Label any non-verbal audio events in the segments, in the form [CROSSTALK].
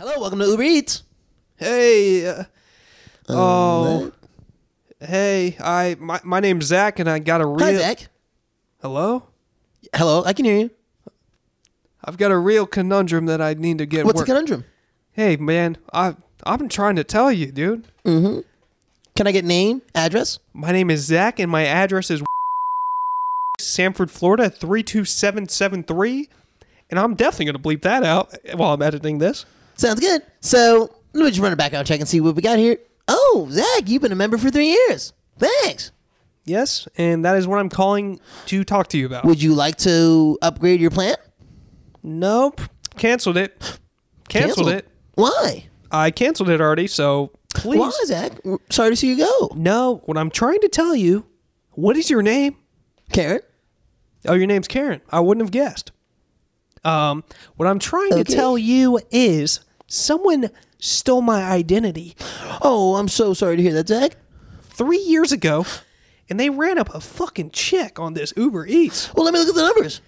Hello, welcome to Uber Eats. Hey. Uh, oh. Hey, I my, my name's Zach, and I got a real. Hi, Zach. Hello. Hello, I can hear you. I've got a real conundrum that I need to get. What's work- the conundrum? Hey, man, I I've been trying to tell you, dude. Can I get name, address? My name is Zach, and my address is Sanford, Florida, three two seven seven three. And I'm definitely gonna bleep that out while I'm editing this. Sounds good. So let me just run it back out check and see what we got here. Oh, Zach, you've been a member for three years. Thanks. Yes, and that is what I'm calling to talk to you about. Would you like to upgrade your plan? Nope. Canceled it. Canceled, it. Why? I canceled it already, so please. Why, Zach? We're Sorry to see you go. No, what I'm trying to tell you, what is your name? Carrot. Oh, your name's Karen. I wouldn't have guessed. Um, what I'm trying to Okay. tell you is someone stole my identity Oh, I'm so sorry to hear that, Zach. three years ago, and they ran up a fucking check on this Uber Eats. Well, let me look at the numbers.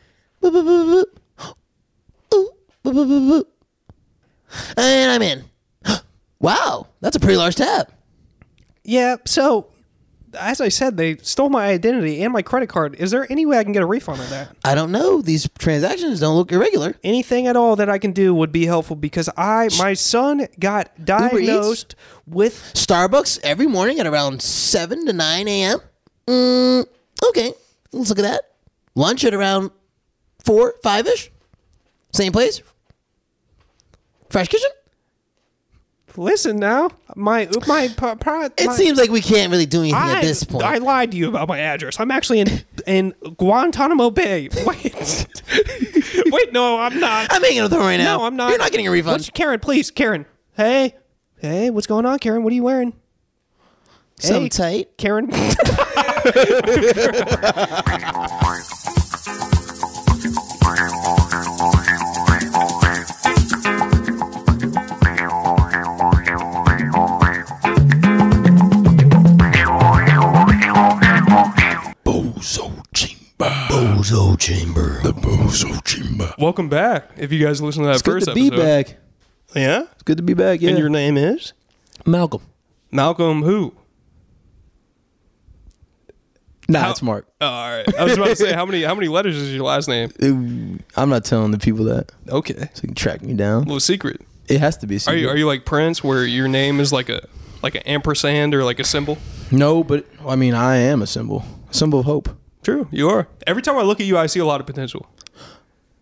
Boop, boop, boop, boop. Ooh, boop, boop, boop, boop. And I'm in. [GASPS] Wow, that's a pretty large tab. Yeah, so as I said, they stole my identity and my credit card. Is there any way I can get a refund of that? I don't know. These transactions don't look irregular. anything at all that I can do would be helpful because I my son got diagnosed with Starbucks every morning at around 7 to 9 a.m. Mm, okay, let's look at that. Lunch at around 4, 5 ish. Same place. Fresh kitchen. listen now my my, my, my It seems like we can't really do anything I, at this point. I lied to you about my address. I'm actually in in Guantanamo Bay. [LAUGHS] Wait, wait, no, I'm not. I'm hanging up the phone right now. no, I'm not. You're not getting a refund. What's- Karen, please, Karen. Hey, hey, what's going on, Karen? What are you wearing? Some Hey, tight. Karen. Bozo Chamber. Bozo Chamber. The Bozo Chamber. [LAUGHS] Welcome back. If you guys listen to that first back. yeah, It's good to be back. Yeah. name is Malcolm. Malcolm. Who? Nah, it's Mark. Oh, all right. I was about [LAUGHS] to say how many how many letters is your last name? It- I'm not telling the people that Okay. so they can track me down. Little secret. It has to be. Are Secret. you are you like Prince where your name is like a like an ampersand or like a symbol? No, but I mean, I am a symbol, a symbol of hope. True, you are. Every time I look at you, I see a lot of potential.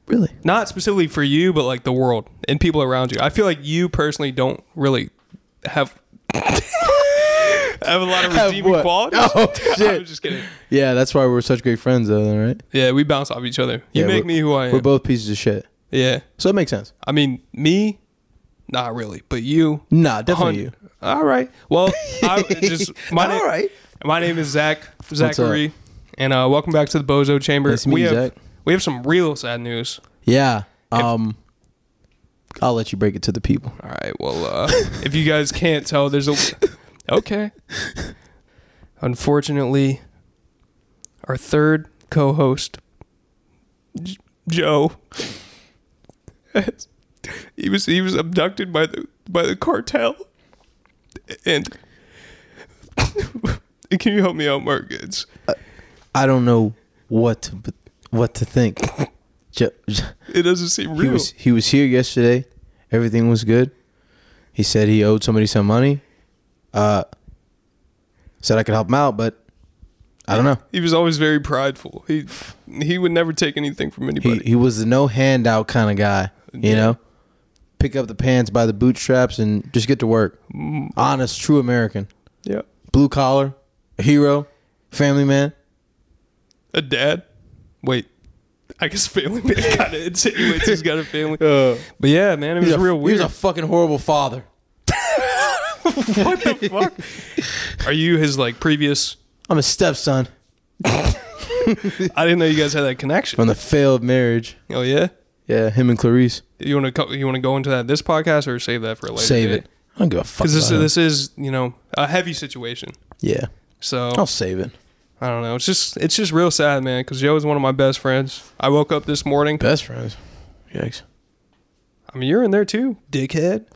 Really? Not specifically for you, but like the world and people around you. I feel like you personally don't really have [LAUGHS] have a lot of Have redeeming what? qualities. Oh, [LAUGHS] I'm shit. just kidding. Yeah, that's why we're such great friends, though, then, right? Yeah, we bounce off each other. You Yeah, make we're- me who I We're am. both pieces of shit, yeah. so it makes sense. I mean, me, not really, but you. Nah, definitely you. Hun- All right. Well, [LAUGHS] I just my name, All right. My name is Zach Zachary, up? and uh, welcome back to the Bozo Chamber. Nice to meet we you, have Zach. we have some real sad news. Yeah. Um, I'll let you break it to the people. All right. Well, uh, if you guys can't tell, there's a okay. Unfortunately, our third co-host, J- Joe, he was he was abducted by the by the cartel, and [LAUGHS] can you help me out, Mark? It's I don't know what to what to think. [LAUGHS] Ju- ju- it doesn't seem He real. was he was here yesterday. Everything was good. He said he owed somebody some money. Uh, said I could help him out, but I don't know. He was always very prideful. He he would never take anything from He anybody. he was the no handout kind of guy. You know, pick up the pants by the bootstraps and just get to work. Honest, true American, yeah, blue collar, a hero, family man. a dad. Wait, I guess family [LAUGHS] man kind of insinuates he's got a family. but yeah, man, it was He was Uh, a- real weird. He was a fucking horrible father. what the [LAUGHS] fuck? Are you his like previous? I'm a stepson I didn't know you guys had that connection. from the failed marriage. Oh yeah, Yeah, him and Clarice. you want to you want to go into that this podcast or save that for a later? Save it. I don't give a fuck. because this about him. this is you know a heavy situation. yeah, So I'll save it. I don't know. It's just it's just real sad, man. Because Joe is one of my best friends. I woke up this morning. Best friends. Yikes. I mean, you're in there too, [LAUGHS] dickhead.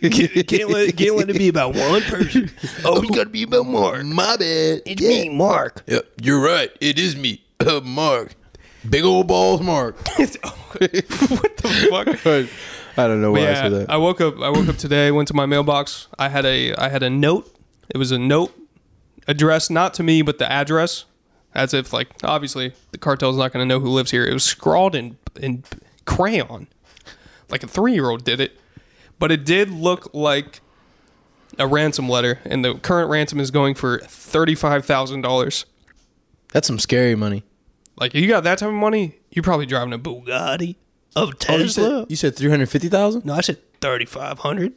can't, can't let, can't let it be about one [LAUGHS] person. Oh, it's gotta be about Mark. My bad. It's me, Mark. Yep, you're right. It is me, [LAUGHS] uh, Mark. Big old balls, Mark. what the fuck? I don't know why I yeah, said that. I woke up. I woke up today. Went to my mailbox. I had a. I had a note. It was a note addressed not to me, but the address. As if like obviously the cartel's not going to know who lives here. It was scrawled in in crayon, like a three year old did it. But it did look like a ransom letter, and the current ransom is going for thirty five thousand dollars. That's some scary money. Like you got that type of money, you're probably driving a Bugatti. of Oh, You Tesla. said, you said 350,000? no, I said thirty five hundred.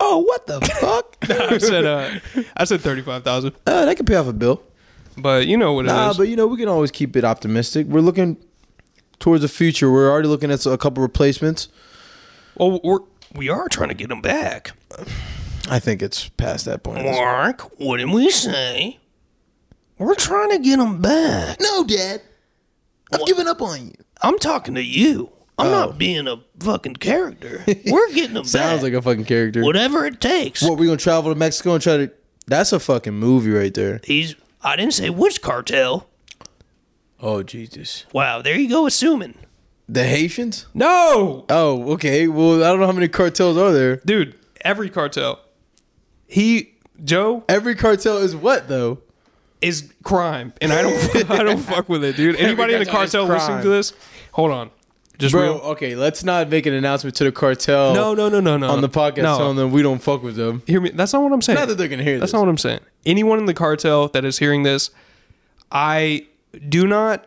Oh, what [LAUGHS] the fuck? [LAUGHS] I said uh, I said thirty five thousand, Uh, that could pay off a bill. but you know what it is. Nah, but you know, we can always keep it optimistic. We're looking towards the future. We're already looking at a couple replacements. Well, Oh, we're, We are trying to get them back. I think it's past that point. Mark, what did we say? We're trying to get them back. No, Dad. I've given up on you. I'm talking to you. I'm not being a fucking character. We're getting them Oh. [LAUGHS] Sounds back. like a fucking character. What, Whatever it takes. we going to travel to Mexico and try to. That's a fucking movie right there. He's. I didn't say which cartel. Oh, Jesus. Wow, there you go, assuming. The Haitians? no, Oh, okay. Well, I don't know how many cartels are there. dude, every cartel. He Joe Every cartel is what, though? is crime, and I don't [LAUGHS] I don't fuck with it, dude. Anybody in the cartel is cartel listening crime. to this, hold on, just Bro, real. okay, let's not make an announcement to the cartel No, no, no, no, no. on the podcast no. telling them we don't fuck with them. Hear me. That's not what I'm saying. Not that they're going to hear That's this. not what I'm saying. Anyone in the cartel that is hearing this, I do not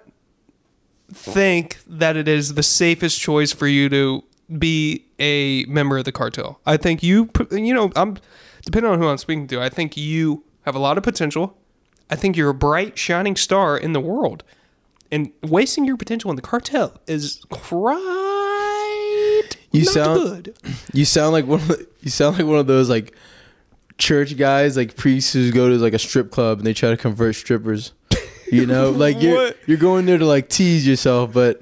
think that it is the safest choice for you to be a member of the cartel. I think you, p- you know, I'm depending on who I'm speaking to. I think you have a lot of potential. I think you're a bright, shining star in the world, and wasting your potential in the cartel is quite You not sound- good. You sound like one of the, you sound like one of those like church guys, like priests who go to like a strip club and they try to convert strippers. You [LAUGHS] know, like you're What? you're going there to like tease yourself, but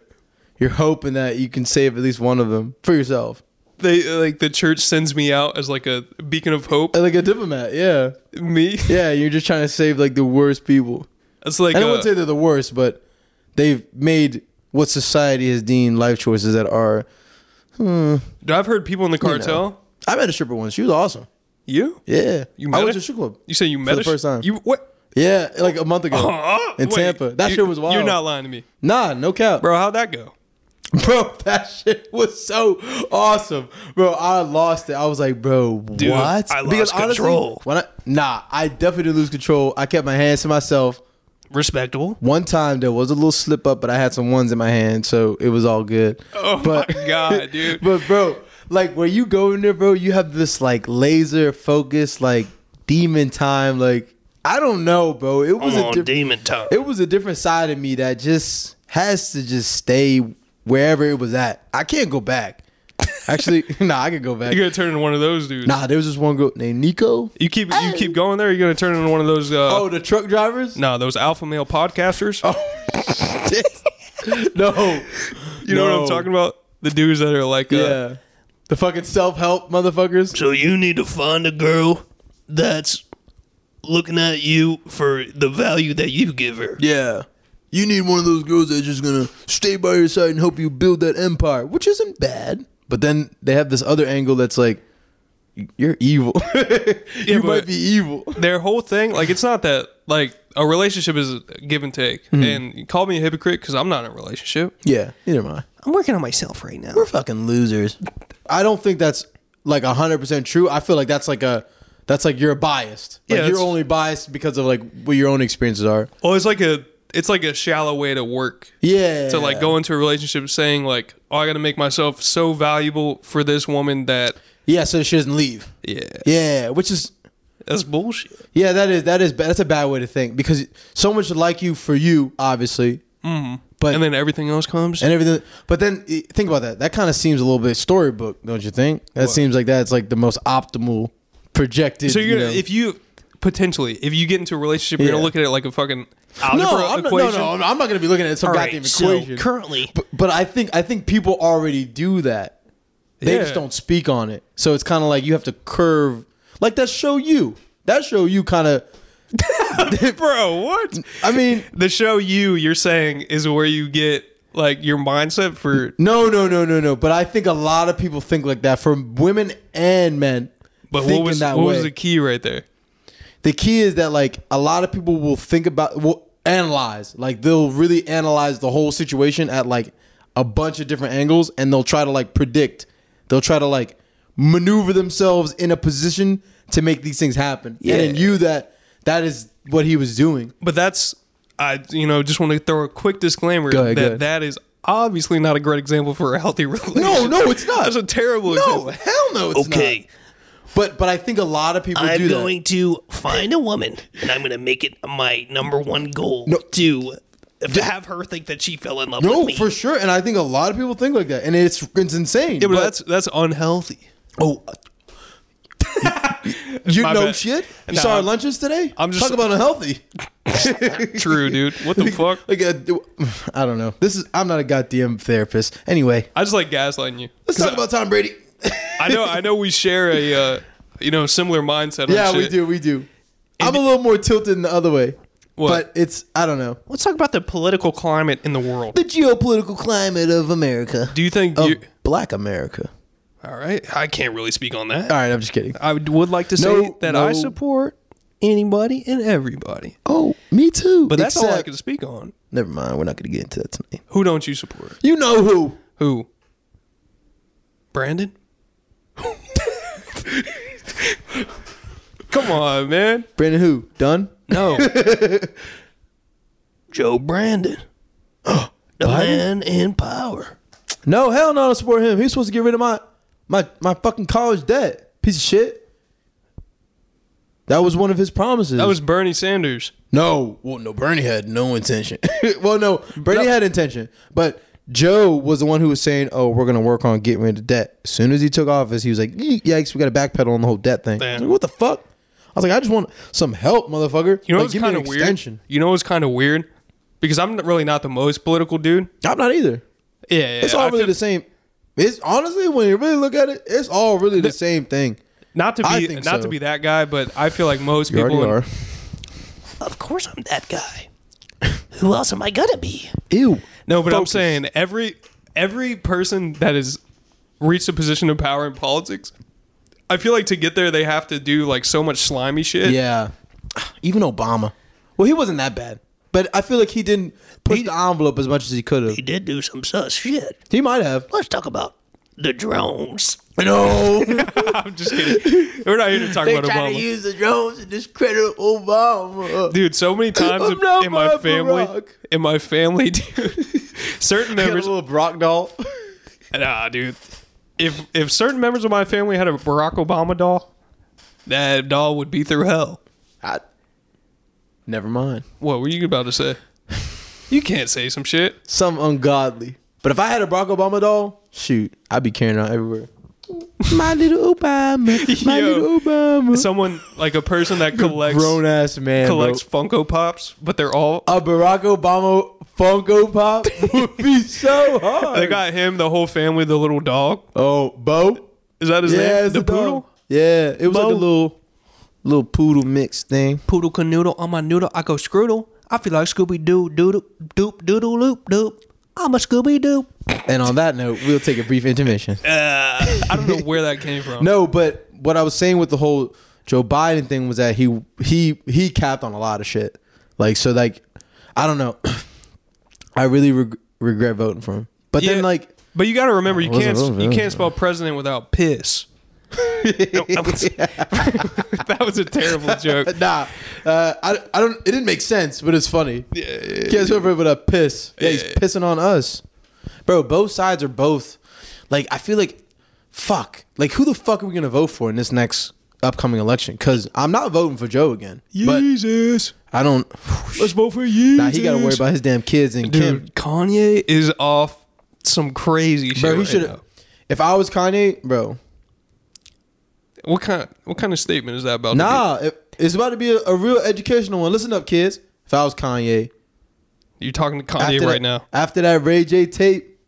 you're hoping that you can save at least one of them for yourself. They like the church sends me out as like a beacon of hope. Like a diplomat, yeah, Me. Uh, yeah. You're just trying to save like the worst people. It's like I don't uh, want to say they're the worst, but they've made what society has deemed life choices that are. dude, I've heard people in the cartel. I met a stripper once. She was awesome. You, Yeah, You I met went her? to a strip club. You say you met the a sh- first time. You what? Uh, Yeah, like [LAUGHS] a month ago in Oh, Wait, Tampa. That you- shit was wild. You're not lying to me, Nah, no cap. Bro, bro. How'd that go? [LAUGHS] bro, that shit was so awesome. Bro, I lost it. I was like, bro, what? I lost control. When I, nah, I definitely didn't lose control. I kept my hands to myself. Respectable. One time there was a little slip up, but I had some ones in my hand, so it was all good. Oh but, [LAUGHS] my god, [LAUGHS] dude. But bro, like where you go in there, bro, you have this like laser focus, like demon time, like I don't know, bro. It was I'm a on diff- demon time. it was a different side of me that just has to just stay wherever it was at. I can't go [LAUGHS] back. Actually, [LAUGHS] nah, I could go back. You're gonna turn into one of those dudes. Nah, there was this one girl named Nico. You keep you keep going there. You're gonna turn into one of those. Uh, Oh, the truck [LAUGHS] drivers? no, those alpha male podcasters. No. [LAUGHS] you know what I'm talking about? The dudes that are like, uh, Yeah. The fucking self help motherfuckers. So you need to find a girl that's looking at you for the value that you give her. Yeah. You need one of those girls that's just gonna Stay by your side and help you build that empire, which isn't bad. But then they have this other angle that's like, you're evil. [LAUGHS] you might but- be evil. their whole thing. Like, it's not that like a relationship is a give and take. Mm-hmm. And you call me a hypocrite because I'm not in a relationship. Yeah, neither mind. I'm working on myself right now. We're fucking losers. I don't think that's like hundred percent true. I feel like that's like a that's like you're biased. Like Yeah, you're it's- only biased because of like what your own experiences are. Well, it's like a it's like a shallow way to work Yeah. to like go into a relationship saying like oh i gotta make myself so valuable for this woman that Yeah, so she doesn't leave. yeah Yeah, which is that's bullshit yeah, that is that is ba- that's a bad way to think because someone should like you for you, obviously. Mm-hmm. But and then everything else comes and everything. But then eh, think about that. That kind of seems a little bit storybook, don't you think? That seems like that's like the most optimal projected. so you're gonna you know- if you potentially if you get into a relationship you're gonna Yeah. look at it like a fucking no, algebra I'm not, no, equation no, I'm I'm not gonna be looking at some All goddamn right, so equation. currently, But, but I think I think people already do that. They Yeah. just don't speak on it. So it's kind of like you have to curve, like that show you. That show you kind of. Bro, what? I mean, The show you you're saying is where you get like your mindset for no, no, no, no, no. But I think a lot of people think like that for women and men. but what thinking was that what way. was the key right there? the key is that like a lot of people will think about will analyze like they'll really analyze the whole situation at like a bunch of different angles and they'll try to like predict they'll try to like maneuver themselves in a position to make these things happen and in Yeah. you that that is what he was doing But that's I you know just want to throw a quick disclaimer Go ahead, that go ahead. that is obviously not a great example for a healthy [LAUGHS] relationship. no no it's not That's a terrible no example. hell no it's Okay, not. but but i think a lot of people I'm do going to find a woman, and I'm going to make it my number one goal to have her think that she fell in love that with no me. for sure and i think a lot of people think like that and it's it's insane Yeah, but, that's that's unhealthy. [LAUGHS] Oh. you My know bad. shit? You Nah, saw our I'm- lunches today? I'm just- talk about unhealthy. [LAUGHS] True, dude. What the fuck? Like uh, do- I don't know. This is I'm not a goddamn therapist. Anyway, I just like gaslighting you. let's talk about Tom [LAUGHS] Brady. I know I know we share a uh, you know similar mindset. on yeah, we shit. do, we do. I'm a little more tilted in the other way. What? But it's I don't know. Let's talk about the political climate in the world. The geopolitical climate of America. Do you think? Of you Black America. All right, I can't really speak on that. All right, I'm just kidding. I would would like to say No, that no. I support anybody and everybody, Oh, me too. but that's all I Except- can speak on. Never mind. We're not going to get into that tonight. Who don't you support? You know who? Who? Brandon? Come on, man. Brandon who? Dunn? [LAUGHS] No. Joe [GASPS] Brandon, the man in power. No, hell no, I don't support him. He's supposed to get rid of my my my fucking college debt. Piece of shit. That was one of his promises. That was Bernie Sanders. no. Well, no, Bernie had no intention. [LAUGHS] well, no, Bernie had intention, but Joe was the one who was saying, "Oh, we're gonna work on getting rid of debt." As soon as he took office, he was like, "Yee, "Yikes, we got to backpedal on the whole debt thing." I was Damn. like, what the fuck? I was like, "I just want some help, motherfucker." You know like, what's kind of weird? You know what's kind of weird? Because I'm not- really not the most political dude. I'm not either. Yeah, yeah, It's yeah. all I really feel- the same. It's honestly when you really look at it, it's all really the same thing. not to I be think not so. to be that guy, but I feel like most You people already in- are. Of course, I'm that guy. [LAUGHS] Who else am I gonna be? Ew. No, but I'm Focus. saying every every person that has reached a position of power in politics, I feel like to get there they have to do like so much slimy shit. Yeah. [SIGHS] Even Obama. Well, he wasn't that bad. But I feel like he didn't push the envelope as much as he could have. He did do some sus shit. He might [LAUGHS] have. Let's talk about the drones. No. [LAUGHS] I'm just kidding. We're not here to talk about Obama. use the drones to discredit Obama. dude, so many times I'm in, not in my Bob family, Barack. in my family, [LAUGHS] dude, certain members, Brock doll. nah, dude. If if certain members of my family had a Barack Obama doll, that doll would be through hell. [LAUGHS] I, never mind. What were you about to say? You can't say some shit. Some ungodly. But if I had a Barack Obama doll, shoot, I'd be carrying out everywhere. [LAUGHS] my little Obama. My [LAUGHS] Yo. little Obama. Some Someone like a person that collects Hmm? [LAUGHS] grown ass man. collects bro. Funko Pops, but they're all. A Barack Obama Funko [LAUGHS] Pop would be so hard. They got him, the whole family, the little dog. oh, Bo? Is that his Yeah, name? it's The a dog. poodle. Yeah, it was like a little, little poodle mix thing. Poodle canoodle on my noodle. I go scroodle. I feel like Scooby Doo doodle doop doodle loop doop. I'm a Scooby Doo. And on that note, we'll take a brief [LAUGHS] intermission. I don't know where that came from. No, but what I was saying with the whole Joe Biden thing was that he he he capped on a lot of shit. Like so, like I don't know. [CLEARS THROAT] I really reg- regret voting for him. But Yeah, then like but you got to remember, you Wasn't can't really you bad. can't spell president without [LAUGHS] piss. No, that, [LAUGHS] was, [LAUGHS] that was a terrible [LAUGHS] joke. nah, uh, I I don't. It didn't make sense, but it's funny. Yeah. Can't go over with a piss. Yeah, he's pissing on us. Bro, both sides are both like I feel like fuck. Like who the fuck are we gonna vote for in this next upcoming election? Cause I'm not voting for Joe again. But Jesus, I don't [SIGHS] let's vote for Jesus. Nah, he gotta worry about his damn kids and Kim. Dude, Kanye is off some crazy shit. Bro, he right should now. have if I was Kanye, bro, What kind? What kind of statement is that about? to nah, it- it's about to be a, a real educational one. Listen up, kids. If I was Kanye, be? you're talking to after Kanye that- right now. After that Ray J tape,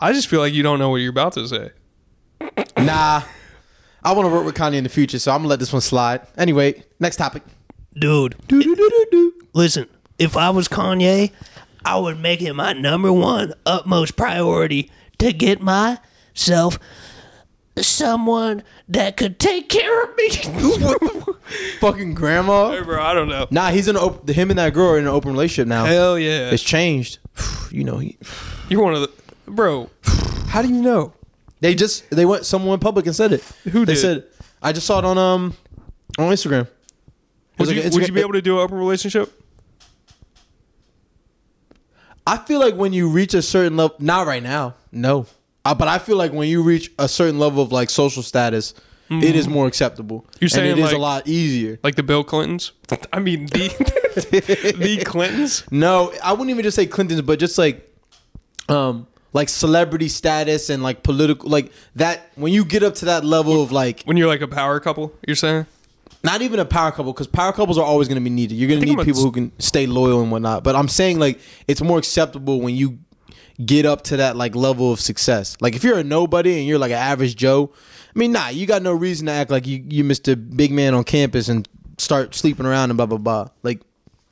I just feel like you don't know what you're about to say. Nah. I want to work with Kanye in the future, so I'm gonna let this one slide. Anyway, next topic. Dude, listen, if I was Kanye, I would make it my number one utmost priority to get myself someone that could take care of [LAUGHS] me. Fucking grandma. bro, I don't know. Nah, he's in an open. Him and that girl are in an open relationship now. Hell yeah. It's changed. [SIGHS] You know he. You're one of the bro. How do you know? They just they went. Someone went public and said it. Who they did? said? I just saw it on um on Instagram. It was Would, like you, an would Instagram- you be able to do an open relationship? I feel like when you reach a certain level, not right now, no. Uh, but I feel like when you reach a certain level of like social status, it is more acceptable. Mm-hmm. You're saying, and it is like- a lot easier. Like the Bill Clintons? [LAUGHS] I mean the the Clintons? No, I wouldn't even just say Clinton's, but just like, um, like celebrity status and like political, like that. When you get up to that level of like, When you're like a power couple, you're saying? not even a power couple, because power couples are always going to be needed. You're going to think need I'm a- people who can stay loyal and whatnot. But I'm saying like it's more acceptable when you get up to that like level of success. Like if you're a nobody and you're like an average Joe, I mean, nah, you got no reason to act like you you Mr. Big Man on campus and start sleeping around and blah blah blah. Like,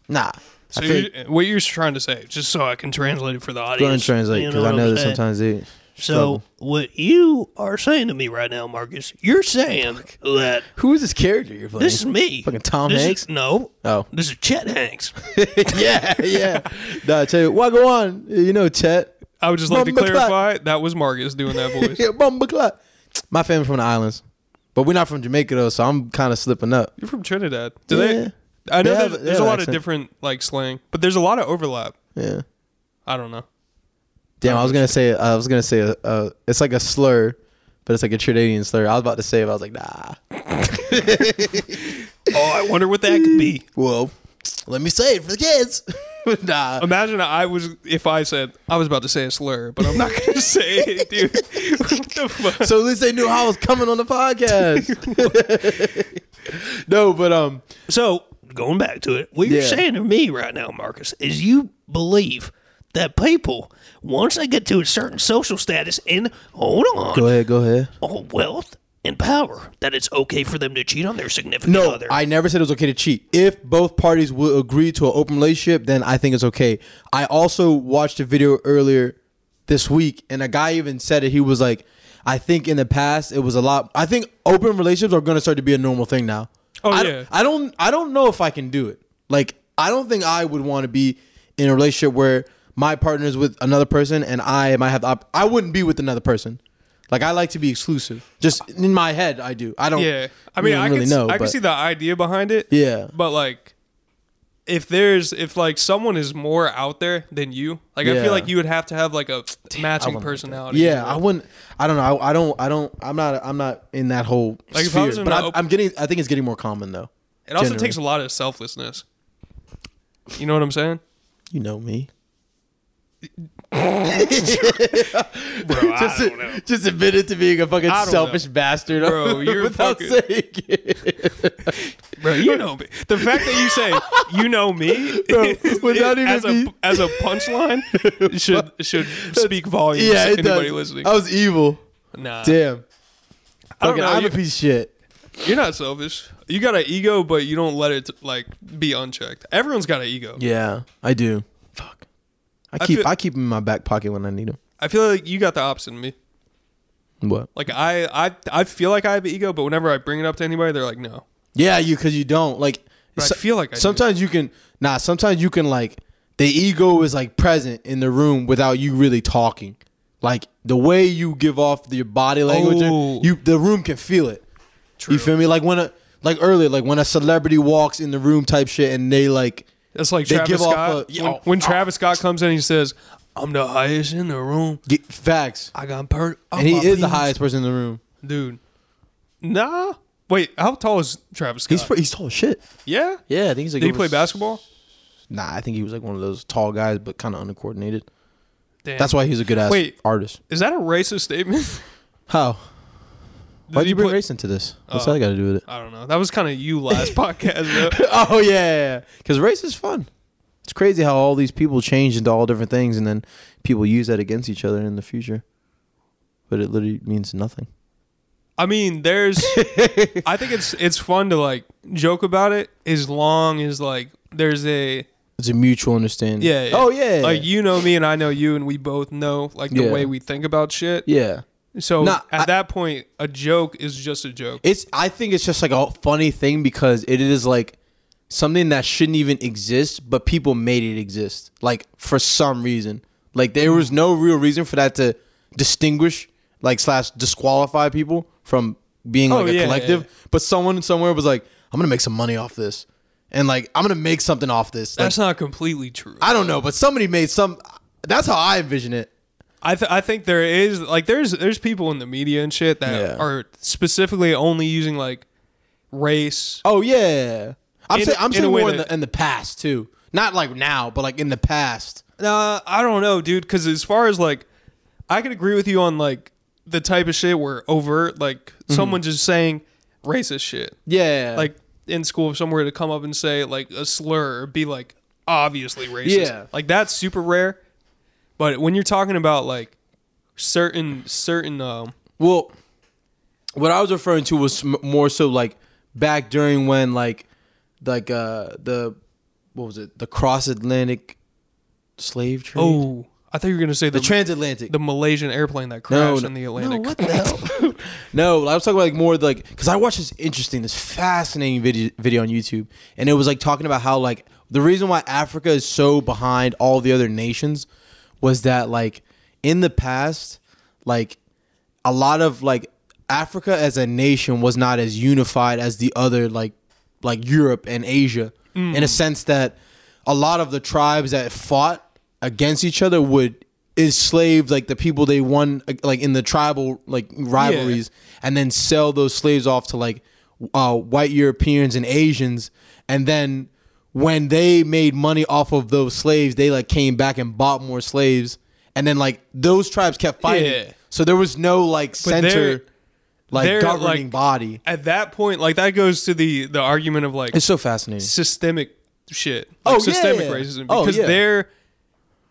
nah. So I feel you what you're trying to say, just so I can translate it for the go and audience. translate You know because I what know I'm that saying? sometimes it. So, what you are saying to me right now, Marcus, you're [LAUGHS] saying that Who is this character you're playing? this is me. Fucking Tom This is- Hanks? no. Oh. This is Chet Hanks. [LAUGHS] yeah, yeah. Nah, tell you what, go on. You know, Chet. I would just like to Bumba clap. clarify that was Marcus doing that voice. [LAUGHS] Yeah, bumba clock. My family's from the islands, but we're not from Jamaica though, so I'm kind of slipping up. You're from Trinidad. Do Yeah. they? I know They there's, have- they there's have a lot accent. of different like slang, but there's a lot of overlap. Yeah. I don't know. Damn, I was gonna say I was gonna say uh, uh, it's like a slur, but it's like a Trinidadian slur. I was about to say, it, but I was like, nah. Oh, I wonder what that could [LAUGHS] be. Well, let me say it for the kids. [LAUGHS] nah. Imagine I was if I said I was about to say a slur, but I'm not gonna say it, dude. [LAUGHS] what the fuck? So at least they knew I was coming on the podcast. [LAUGHS] no, but um, So, going back to it, what you're Yeah. saying to me right now, Marcus, is you believe that people, once they get to a certain social status and hold go on, ahead, go ahead. all wealth and power, that it's okay for them to cheat on their significant No, other. I never said it was okay to cheat. If both parties will agree to an open relationship, then I think it's okay. I also watched a video earlier this week, and a guy even said it. He was like, "I think in the past it was a lot. I think open relationships are going to start to be a normal thing now." Oh, yeah. I Don't, I don't. I don't know if I can do it. Like, I don't think I would want to be in a relationship where my partner is with another person and I might have. The op- I wouldn't be with another person. Like, I like to be exclusive. Just in my head, I do. I don't. Yeah, I mean, don't I can really s- know, I can but- see the idea behind it. Yeah. but like, if there's if like someone is more out there than you, like I Yeah. feel like you would have to have like a matching personality. Yeah, I wouldn't. I don't know. I, I don't. I don't. I'm not. I'm not in that whole Like, if I sphere. was in But an I'm, op- I'm getting. I think it's getting more common though. It also Generally. takes a lot of selflessness. You know what I'm saying? You [LAUGHS] know me. I don't know. Just admitted to being a fucking I don't selfish know. bastard, [LAUGHS] Bro, you're without fucking- saying it, Bro, you know me. The fact that you say you know [LAUGHS] me is- would that even as a be- as a [LAUGHS] punchline should should speak volumes Yeah, to it anybody does. listening. I was evil. nah. Damn. I don't Fucking, know, I'm a you- piece of shit. You're not selfish. You got an ego, but you don't let it like be unchecked. Everyone's got an ego. Yeah, I do. Fuck. I keep. feel- I, keep 'em in my back pocket when I need them. I feel like you got the opposite of me. What? Like I, I, I feel like I have an ego, but whenever I bring it up to anybody, they're like, "No." Yeah, you because you don't like. But I feel like I do. sometimes you can nah. Sometimes you can like the ego is like present in the room without you really talking. Like the way you give off your body language, Oh. you the room can feel it. You feel me? Like when a like earlier, like when a celebrity walks in the room, type shit, and they like That's like They Travis give off Scott. a- oh, when, Yo. when Travis Scott comes in, he says, "I'm the highest in the room. get facts, I got per." up and he my is the penis." highest person in the room. dude. Nah. Wait, how tall is Travis Scott? He's pre- he's tall as shit. yeah. Yeah, I think he's like Did he over play s- basketball? Nah, I think he was like one of those tall guys, but kind of uncoordinated. Damn. That's why he's a good ass Wait. artist. Is that a racist statement? [LAUGHS] How? Did Why'd he you bring play- race into this? What's that got to do with it? I don't know. That was kind of you last podcast. Though. [LAUGHS] Oh yeah, because race is fun. It's crazy how all these people change into all different things, and then people use that against each other in the future. but it literally means nothing. I mean, [LAUGHS] there's. I think it's it's fun to like joke about it as long as like there's a It's a mutual understanding. yeah. yeah. Oh yeah. Like you know me and I know you and we both know like the Yeah. way we think about shit. Yeah. So Nah, at I- that point, a joke is just a joke. It's. I think it's just like a funny thing because it is like something that shouldn't even exist, but people made it exist. Like for some reason, like there was no real reason for that to distinguish, like slash disqualify people from being Oh, like a yeah, collective. yeah, But someone somewhere was like, "I'm gonna make some money off this," and like, "I'm gonna make something off this." Like, That's not completely true. I don't know, but somebody made some. That's how I envision it. I th- I think there is like there's there's people in the media and shit that Yeah. are specifically only using like race. Oh yeah, I'm In- saying I'm in a saying way more in that- the in the past too. Not like now, but like in the past. Nah, I don't know, dude. Because as far as like, I can agree with you on like the type of shit where overt like someone just saying racist shit. Mm-hmm. Yeah, like in school somewhere to come up and say like a slur or be like obviously racist. Yeah. Like that's super rare. But when you're talking about like certain certain um well, what I was referring to was m- more so like back during when like like uh the what was it the cross Atlantic slave trade? oh I thought you were gonna say the the transatlantic. the Malaysian airplane that crashed no. in the Atlantic. what the hell? No, I was talking about like more like because I watched this interesting, this fascinating video video on YouTube, and it was like talking about how like the reason why Africa is so behind all the other nations was that like in the past, like a lot of like Africa as a nation was not as unified as the other like like Europe and Asia in a sense that a lot of the tribes that fought against each other would enslave like the people they won like in the tribal like rivalries and then sell those slaves off to like uh, white Europeans and Asians and then when they made money off of those slaves they like came back and bought more slaves and then like those tribes kept fighting Yeah. so there was no like they're- center like they're, governing like- body At that point, like that goes to the the argument of like it's so fascinating systemic shit. Like Oh, yeah, systemic yeah. racism. Oh, Because yeah. they're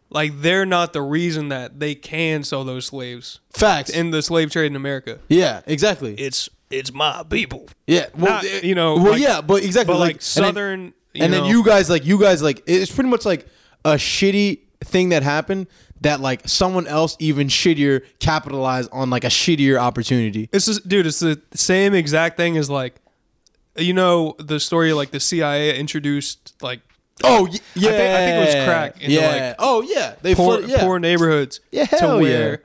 like they're not the reason that they can sell those slaves facts and in the slave trade in America. yeah exactly It's it's my people. Yeah, well, Not, it- you know, well, like- yeah, but exactly, but, like, and then- Southern, and you then, know. you guys, like, you guys, like, it's pretty much like a shitty thing that happened that like someone else even shittier capitalized on like a shittier opportunity. It's just, dude, it's the same exact thing as like, you know, the story like the CIA introduced like Oh y- yeah, think- I think it was crack into, yeah. like, oh yeah, they poor, flood- yeah. poor neighborhoods Yeah, to hell where, yeah.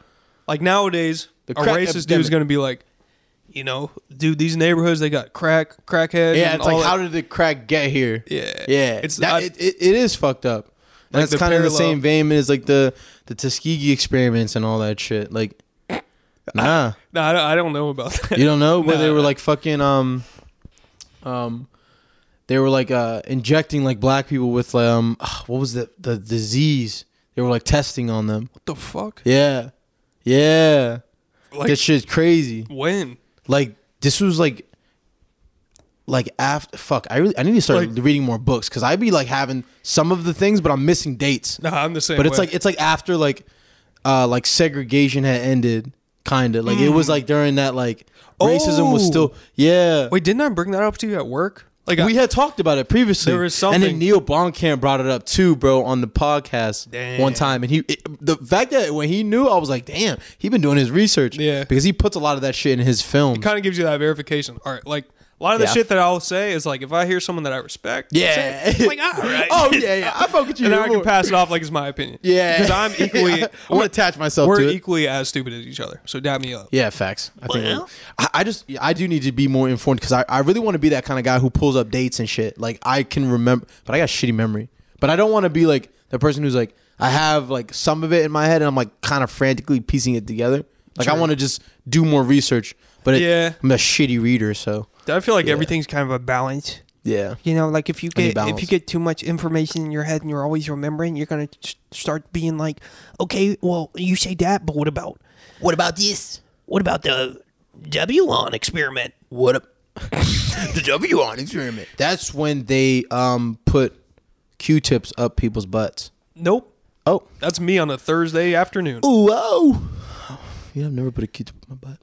like nowadays, a crack racist dude's epidemic. gonna be like, you know, dude, these neighborhoods they got crack, crackheads. yeah. and It's like all that- how did the crack get here? Yeah. yeah. It's- It's that, I- it, it, it is fucked up. And Like that's the kind of the parallel- same vein as like the the Tuskegee experiments and all that [LAUGHS] shit. Like, nah. No, I don't, I don't know about that. You don't know where Nah. they were like fucking um um they were like uh injecting like black people with like, um what was the the disease? They were like testing on them. what the fuck? Yeah. Yeah. Like- this shit's crazy. When? Like this was like like after fuck, I really I need to start Like- reading more books cuz I'd be like having some of the things but I'm missing dates. No, I'm the same. But it's way. like it's like after like uh like segregation had ended kind of. Like it was like during that like racism was Mm. Oh. still yeah. wait, didn't I bring that up to you at work? Like we I, had talked about it previously. There was and something- then Neil Blomkamp brought it up too, bro, on the podcast Damn. one time. And he, it- the fact that when he knew, I was like, damn, he been doing his research, Yeah. because he puts a lot of that shit in his film. kind of gives you that verification. All right, like a lot of the Yeah. shit that I'll say is like if I hear someone that I respect, Yeah. say it. like all right, [LAUGHS] oh yeah, yeah, I [LAUGHS] fuck with you. and then I can more. pass it off like it's my opinion. [LAUGHS] Yeah, because I'm equally. I want to attach myself We're to it. equally as stupid as each other, so dab me up. Yeah, facts. I think Well- I, I just yeah, I do need to be more informed because I, I really want to be that kind of guy who pulls up dates and shit. Like I can remember, but I got shitty memory. But I don't want to be like the person who's like I have like some of it in my head and I'm like kind of frantically piecing it together. Like I want to just do more research, but it, Yeah. I'm a shitty reader, so I feel like everything's kind of a balance. yeah. You know, like if you need get if balance. you get too much information in your head and you're always remembering, you're gonna s- start being like, okay, well, you say that, but what about? what about this? What about the Wlon experiment? What [LAUGHS] up? The W on experiment. That's when they um put Q-tips up people's butts. Nope, Oh, that's me on a Thursday afternoon. whoa! You know, I've never put a Q-tip in my butt.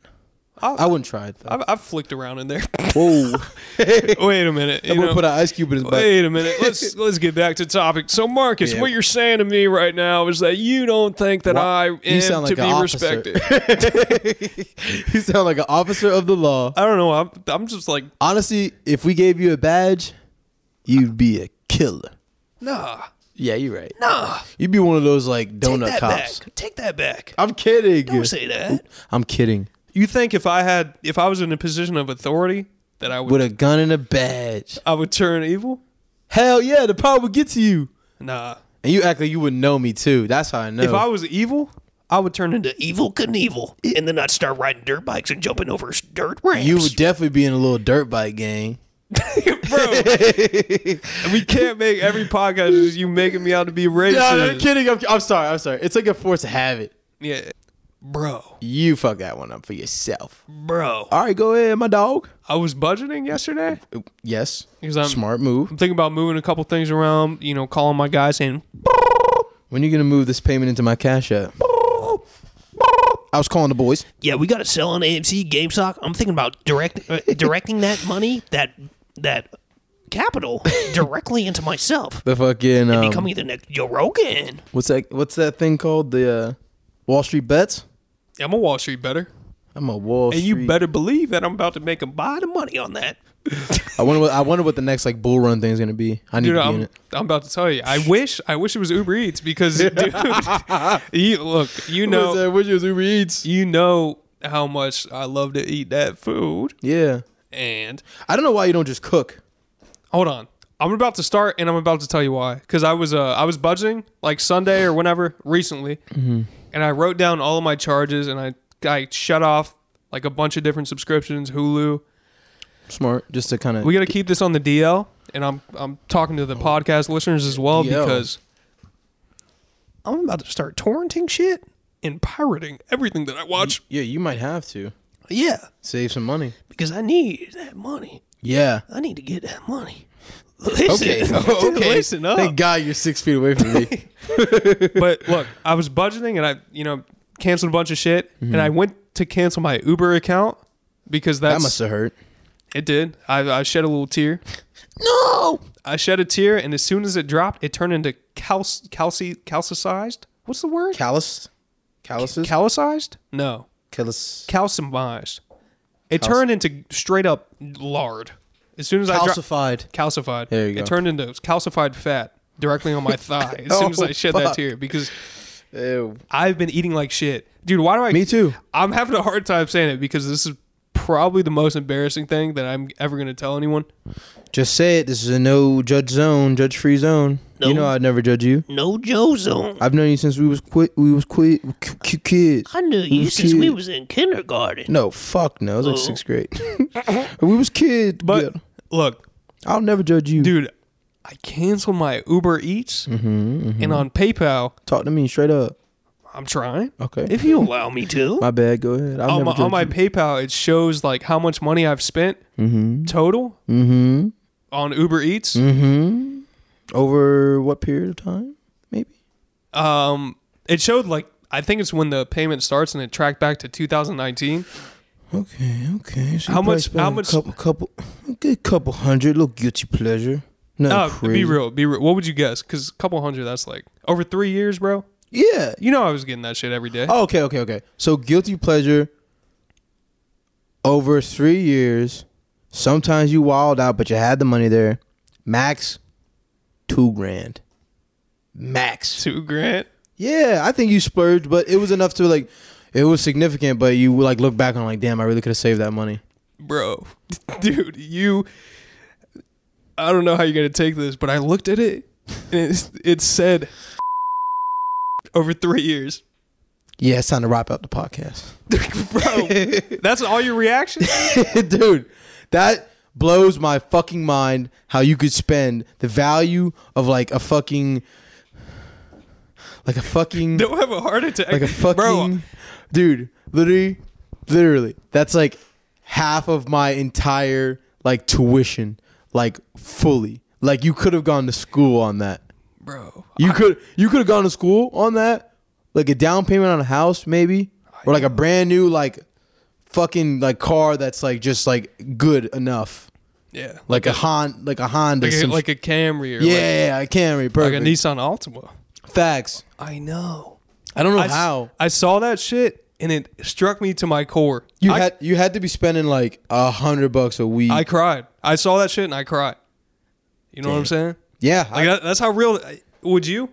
I'll- I wouldn't try it. Though. I've, I've flicked around in there. [LAUGHS] [LAUGHS] Whoa! Wait a minute. You I'm gonna know, put an ice cube in his butt. wait [LAUGHS] a minute. Let's let's get back to topic. So Marcus, Yeah. what you're saying to me right now is that you don't think that Wha- I You am sound like to an be officer. respected. you sound like an officer of the law. I don't know. I'm I'm just like Honestly, if we gave you a badge, you'd be a killer. nah. Yeah, you're right. Nah, you'd be one of those like Take donut that cops. back. Take that back. I'm kidding. Don't say that. I'm kidding. You think if I had if I was in a position of authority that I would With a gun and a badge. I would turn evil? Hell yeah, the power would get to you. Nah. And you act like you would know me too. That's how I know. If I was evil, I would turn into The evil Knievel. And then I'd start riding dirt bikes and jumping over dirt ramps. you would definitely be in a little dirt bike gang. bro. we can't make every podcast is you making me out [LAUGHS] to be racist. kidding. I'm, I'm sorry. I'm sorry. It's like a force habit. Yeah, bro, You fuck that one up for yourself. Bro. All right, go ahead, my dog. I was budgeting yesterday. Yes. Because I'm- Smart move. I'm thinking about moving a couple things around. You know, calling my guy saying, When are you gonna move this payment into my cash app? I was calling the boys. Yeah, we got to sell on AMC, GameStop. I'm thinking about direct, [LAUGHS] uh, directing that money, that that [LAUGHS] capital, directly into myself. The fucking um, becoming the next Joe Rogan. what's that? What's that thing called? The uh, Wall Street bets. "I'm a Wall Street better," I'm a Wall and Street. you better believe that I'm about to make him buy Buy the the money. money on that. I wonder. What, I wonder what the next like bull run thing is gonna be. I need Dude, to be in I'm, it. I'm about to tell you. I wish, I wish it was Uber Eats because, [LAUGHS] dude, you, look, you know, Which is Uber Eats. you know how much I love to eat that food. Yeah. And I don't know why you don't just cook. hold on. I'm about to start, and I'm about to tell you why. Because I was uh, I was budgeting like Sunday or whenever recently, Mm-hmm. and I wrote down all of my charges, and I I shut off like a bunch of different subscriptions, Hulu. Smart, just to kind of. We got to keep this on the DL, and I'm I'm talking to the podcast listeners as well DL. because I'm about to start torrenting shit and pirating everything that I watch. yeah, you might have to Yeah, save some money. because I need that money. Yeah. I need to get that money. Listen, [LAUGHS] Okay. Dude, okay. listen up. Thank God you're six feet away [LAUGHS] from me. but look, I was budgeting and I, you know, canceled a bunch of shit, and I went to cancel my Uber account because that that's must have hurt. it did. I, I shed a little tear. No! I shed a tear, and as soon as it dropped, it turned into cal- calci calcicized. What's the word? Callus. Calluses. Calicized? No, Callus. calcimized. It turned into straight up lard. As soon as Calcified. I dro- calcified, There you go. it turned into calcified fat directly [LAUGHS] on my thigh. As soon as I Oh, shed that fuck. tear, because Ew. I've been eating like shit. Dude, why do I Me too. I'm having a hard time saying it because this is probably the most embarrassing thing that I'm ever gonna tell anyone. Just say it. This is a no judge zone, judge free zone. You know I'd never judge you. no Joe Zone. I've known you since we was quit. We was quit. kids. I knew you was since we kid. was in kindergarten. No, fuck no. It was like sixth grade. we was kids. But look, I'll never judge you. dude, I canceled my Uber Eats Mm-hmm, and on PayPal, Talk to me straight up. I'm trying. Okay. If you allow me to, my bad. Go ahead. I'll On Oh, my, never judge on my you. PayPal, it shows like how much money I've spent Mm-hmm. total on Uber Eats. Mm-hmm. Over what period of time? Maybe. Um, it showed like I think it's when the payment starts and it tracked back to 2019. Okay. Okay. So you How probably much- spent how a much- Couple. Couple. A good couple hundred. Little guilty pleasure. Nothing Uh, crazy. be real, be real. What would you guess? Because a couple hundred, that's like over three years, bro. Yeah. You know I was getting that shit every day. Oh, okay, okay, okay. So guilty pleasure over three years. Sometimes you wild out, but you had the money there. Max two grand. Max. Two grand. Yeah, I think you splurged, but it was enough to like it was significant, but you like look back on like, damn, I really could have saved that money. bro, [LAUGHS] dude, you. I don't know how you're gonna take this, but I looked at it, and it, it said [LAUGHS] over three years, Yeah, it's time to wrap up the podcast. [LAUGHS] bro. that's all your reaction. Dude, that blows my fucking mind how you could spend the value of like a fucking like [LAUGHS] a fucking Don't have a heart attack, like a fucking bro. dude literally literally that's like half of my entire like tuition like fully like you could have gone to school on that Bro, you could you could have gone to school on that like a down payment on a house maybe I or like a brand new like fucking like car that's like just like good enough, Yeah. like a Hon, like a Honda, Like a, some like a Camry or yeah, like, yeah, yeah, a Camry, like perfect. a Nissan Altima. Facts. I know. I don't know I, s- how I saw that shit and it struck me to my core. you I, had you had to be spending like a hundred bucks a week. I cried. I saw that shit and I cried. You know what I'm saying? yeah, I- Like that, that's how real. Would you?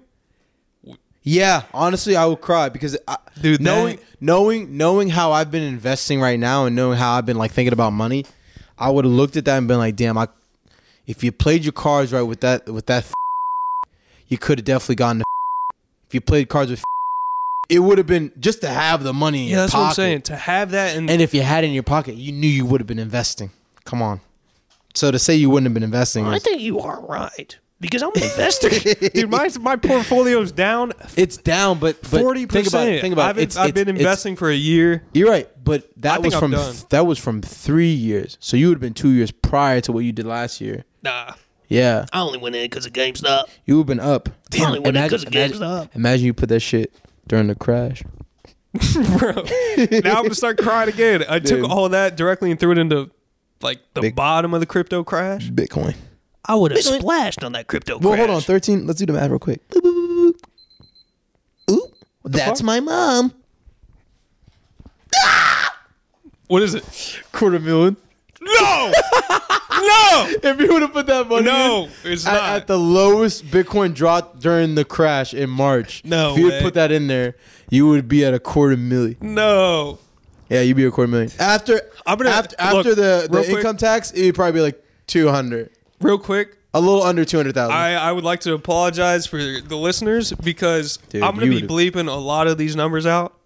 yeah. Honestly, I would cry because I, Dude, that- knowing knowing knowing how I've been investing right now and knowing how I've been like thinking about money, I would have looked at that and been like, damn, I if you played your cards right with that with that, [LAUGHS] you could have definitely gotten. The [LAUGHS] if you played cards with, [LAUGHS] it would have been just to have the money. In Yeah, your that's what I'm pocket. saying. To have that and, And if you had it in your pocket, you knew you would have been investing. Come on. So to say you wouldn't have been investing, I is, think you are right because I'm [LAUGHS] an investor. dude, [LAUGHS] my my portfolio's down it's down, but but forty Think about percent. it. Think about I've, it. It's, I've it's- been it's- investing for a year. [LAUGHS] You're right, but that think was I'm from done. that was from three years. So you would have been two years prior to what you did last year. nah, Yeah, I only went in because of GameStop. you would have been up. Probably would've imagine, 'cause it imagine, gives up. imagine you put that shit during the crash. now I'm gonna start crying again. I Dude. took all that directly and threw it into like the bottom of the crypto crash. Bitcoin. I would have splashed on that crypto. Well, crash. hold on, thirteen. Let's do the math real quick. Ooh, that's my mom. What is it? Quarter million. [LAUGHS] No, no, If you would have put that money, no. It's at, not. at the lowest Bitcoin drop during the crash in March. No if you way. would put that in there, you would be at a quarter million. no. Yeah, you'd be a quarter million after I'm gonna- after, look, after the, real the quick. income tax. It'd probably be like two hundred, Real quick, a little under two hundred thousand. I, I would like to apologize for the listeners because Dude, I'm gonna you be bleeping a lot of these numbers out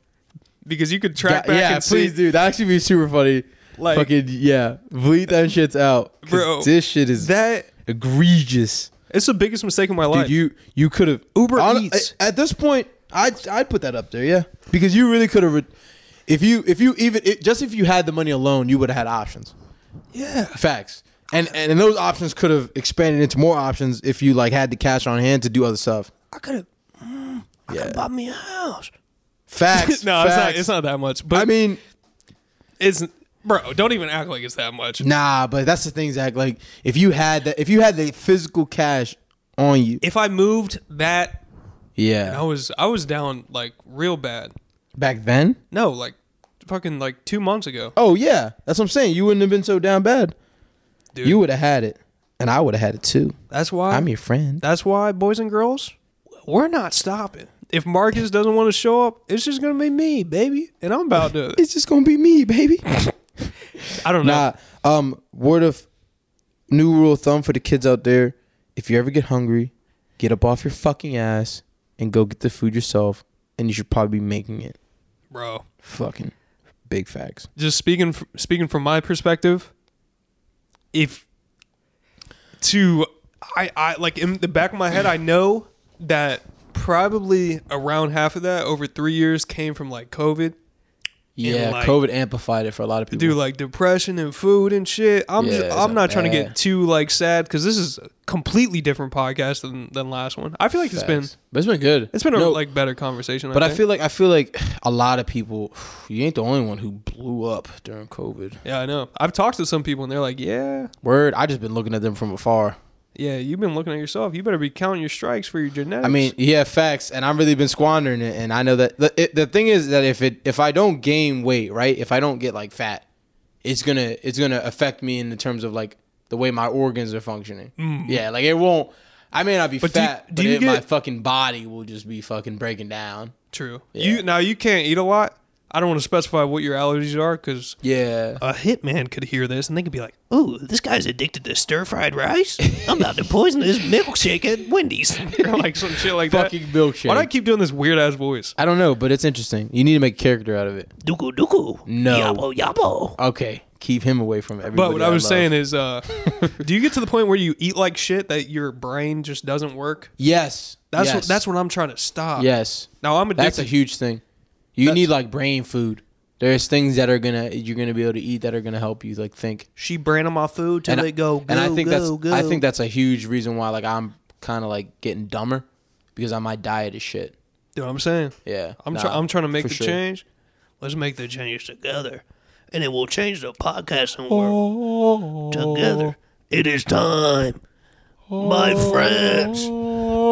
because you could track back yeah, and please see. do. That actually be super funny. Like- Fucking yeah, bleed that shit's out, 'Cause Bro, This shit is That egregious. it's the biggest mistake of my life. Dude, you you could have Uber Eats. At this point, I'd I'd put that up there, yeah, because you really could have. Re- if you if you even it, just if you had the money alone, you would have had options. Yeah, facts. And and, and those options could have expanded into more options if you like had the cash on hand to do other stuff. I could have. Yeah, bought me a house. [LAUGHS] facts. no, it's not. facts. It's not that much. But I mean, it's bro. Don't even act like it's that much. Nah, but that's the thing, Zach. Like, if you had that, if you had the physical cash on you, If I moved that, yeah, I was I was down like real bad. back then. No, like fucking like two months ago. Oh yeah, that's what I'm saying. You wouldn't have been so down bad. Dude. You would have had it, and I would have had it too. That's why I'm your friend. That's why, boys and girls, we're not stopping. If Marcus doesn't want to show up, it's just gonna be me, baby, and I'm about to. It's just gonna be [LAUGHS] me, baby. I don't know. nah. Um, word of new rule of thumb for the kids out there: if you ever get hungry, get up off your fucking ass and go get the food yourself, and you should probably be making it. bro. Fucking big facts. Just speaking f- speaking from my perspective, if to I I like in the back of my head, I know that probably around half of that over three years came from like COVID. Yeah, like- COVID amplified it for a lot of people. do like depression and food and shit. I'm Yeah, ju- it's I'm a not trying to bad- get too like sad because this is a completely different podcast than than last one. I feel like it's been but it's been good. it's been a No, like better conversation. but I think. feel like I feel like a lot of people. You ain't the only one who blew up during COVID. yeah, I know. I've talked to some people and they're like, yeah, Word, I just been looking at them from afar. yeah, you've been looking at yourself. You better be counting your strikes for your genetics. I mean, yeah, facts, and I've really been squandering it. And I know that the, it, the thing is that if it if I don't gain weight, right, if I don't get like fat, it's gonna it's gonna affect me in the terms of like the way my organs are functioning. Yeah, like it won't. I may not be Mm. do you- fat, do but you it- my get- fucking body will just be fucking breaking down. true. You now you can't eat a lot. I don't want to specify what your allergies are because Yeah. a hitman could hear this and they could be like, [LAUGHS] Ooh, this guy's addicted to stir fried rice. I'm about to poison his milkshake at [LAUGHS] Wendy's. or like some shit like Fucking that. milkshake. Why do I keep doing this weird ass voice? I don't know, but it's interesting. You need to make a character out of it. Dooku dooku. No. Yabo yabo. Okay, keep him away from everybody. But what I was saying is, [LAUGHS] uh, do you get to the point where you eat like shit that your brain just doesn't work? yes, That's yes, what, that's what I'm trying to stop. yes. Now I'm addicted. That's a huge thing. You need like brain food. There's things that are gonna you're gonna be able to eat that are gonna help you like think. she branded my food till And I- it go. and I go, think that's go, go. I think that's a huge reason why like I'm kind of like getting dumber because I my diet is shit. You know what I'm saying? Yeah, I'm nah, try- I'm trying to make for the sure. change. Let's make the change together. And then we'll change the podcasting world together. It is time, my friends.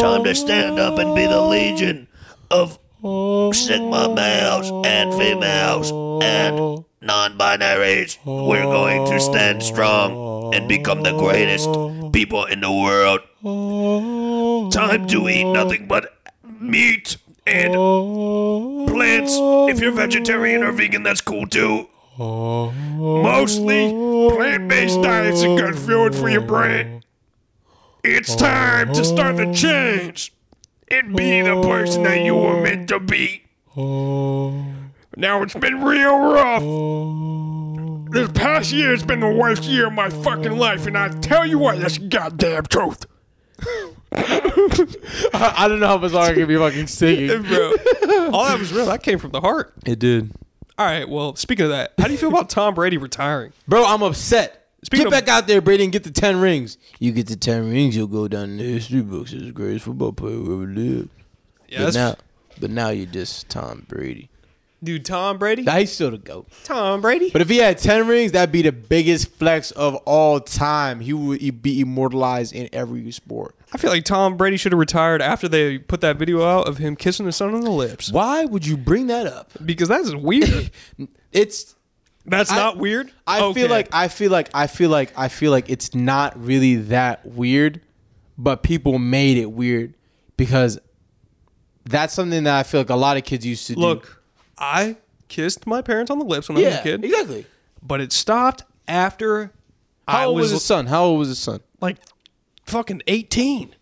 Time to stand up and be the legion of Sigma males and females and non binaries. We're going to stand strong and become the greatest people in the world. Time to eat nothing but meat and plants. If you're vegetarian or vegan, that's cool too. Mostly plant based diets are good fuel for your brain. It's time to start the change and be the person that you were meant to be. Now it's been real rough. This past year has been the worst year of my fucking life, and I tell you what, that's goddamn truth. I don't know how bizarre I can be [LAUGHS] fucking singing. Bro, all that was real. That came from the heart. It did. All right. Well, speaking of that, how do you feel about Tom Brady [LAUGHS] retiring? Bro, I'm upset. Speaking get of- back out there, Brady, and get the 10 rings. You get the 10 rings, you'll go down in the history books as the greatest football player who ever lived. Yeah, but, that's, now, but now you're just Tom Brady. dude. Tom Brady. Nah, he's still the GOAT. Tom Brady. But if he had 10 rings, that'd be the biggest flex of all time. He would be immortalized in every sport. I feel like Tom Brady should have retired after they put that video out of him kissing his son on the lips Why would you bring that up? because that's [LAUGHS] weird. It's That's I- not weird. I Okay. feel like I feel like I feel like I feel like it's not really that weird, but people made it weird because that's something that I feel like a lot of kids used to do. look, I kissed my parents on the lips when I was a yeah, kid, exactly. but it stopped after How I old was, was, his son? How old was his son? like fucking eighteen.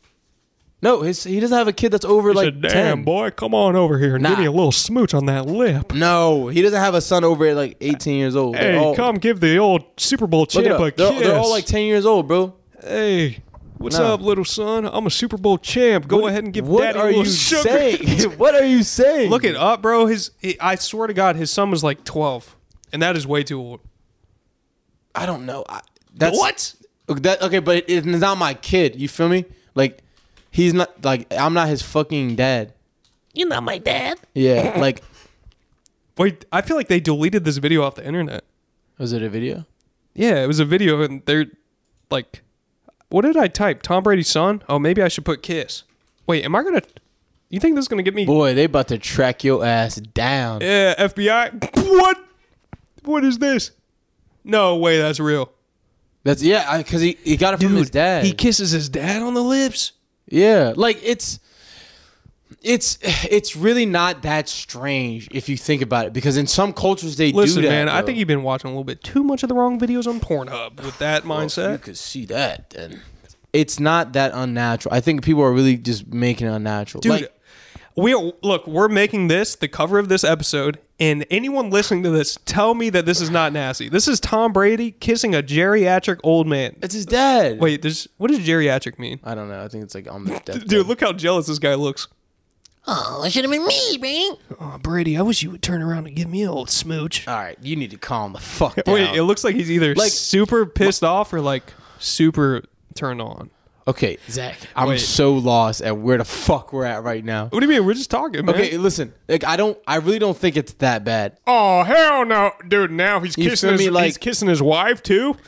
No, his, he doesn't have a kid that's over like said, "Damn ten. boy, come on over here and give Nah. me a little smooch on that lip. No, he doesn't have a son over like eighteen years old. Hey, They're all- come give the old Super Bowl look champ it a up. They're, kiss. they're all like ten years old, bro. hey, what's Nah. up, little son? I'm a Super Bowl champ. Go ahead and give what daddy a are little you sugar. saying? [LAUGHS] what are you [LAUGHS] saying? Look it up, bro. His, he- I swear to God, his son was like 12, and that is way too old. I don't know. I, that's Okay, That okay, but it's not my kid. You feel me? Like he's not like I'm not his fucking dad. You're not my dad. Yeah, [COUGHS] like Wait, I feel like they deleted this video off the internet. was it a video? Yeah, it was a video, and they're like, what did I type? Tom Brady's son? Oh, maybe I should put kiss. Wait, am I gonna? You think this is gonna get me? Boy, they about to track your ass down. Yeah, FBI. What? What is this? No way, that's real. That's yeah, because he, he got it from his dad. He kisses his dad on the lips. yeah, like it's it's it's really not that strange if you think about it, because in some cultures they Listen, do that. man, I bro. think you've been watching a little bit too much of the wrong videos on Pornhub with that You mindset. could see that then. it's not that unnatural. I think people are really just making it unnatural. Dude, like, we look, we're making this the cover of this episode, and anyone listening to this, tell me that this is not nasty. This is Tom Brady kissing a geriatric old man. it's his dad. Wait, there's what does geriatric mean? I don't know. I think it's [LAUGHS] like on the death. Dude, look how jealous this guy looks. Oh, it should have been me, man. Oh, Brady, I wish you would turn around and give me an old smooch. All right, you need to calm the fuck [LAUGHS] down. Wait, it looks like he's either Like- super pissed off or like super turned on. Okay, Zach, I'm so lost at where the fuck we're at right now. What do you mean? We're just talking, man. Okay, listen, like I don't, I really don't think it's that bad. Oh hell no, dude! Now he's You kissing feel his me? Like- he's kissing his wife too.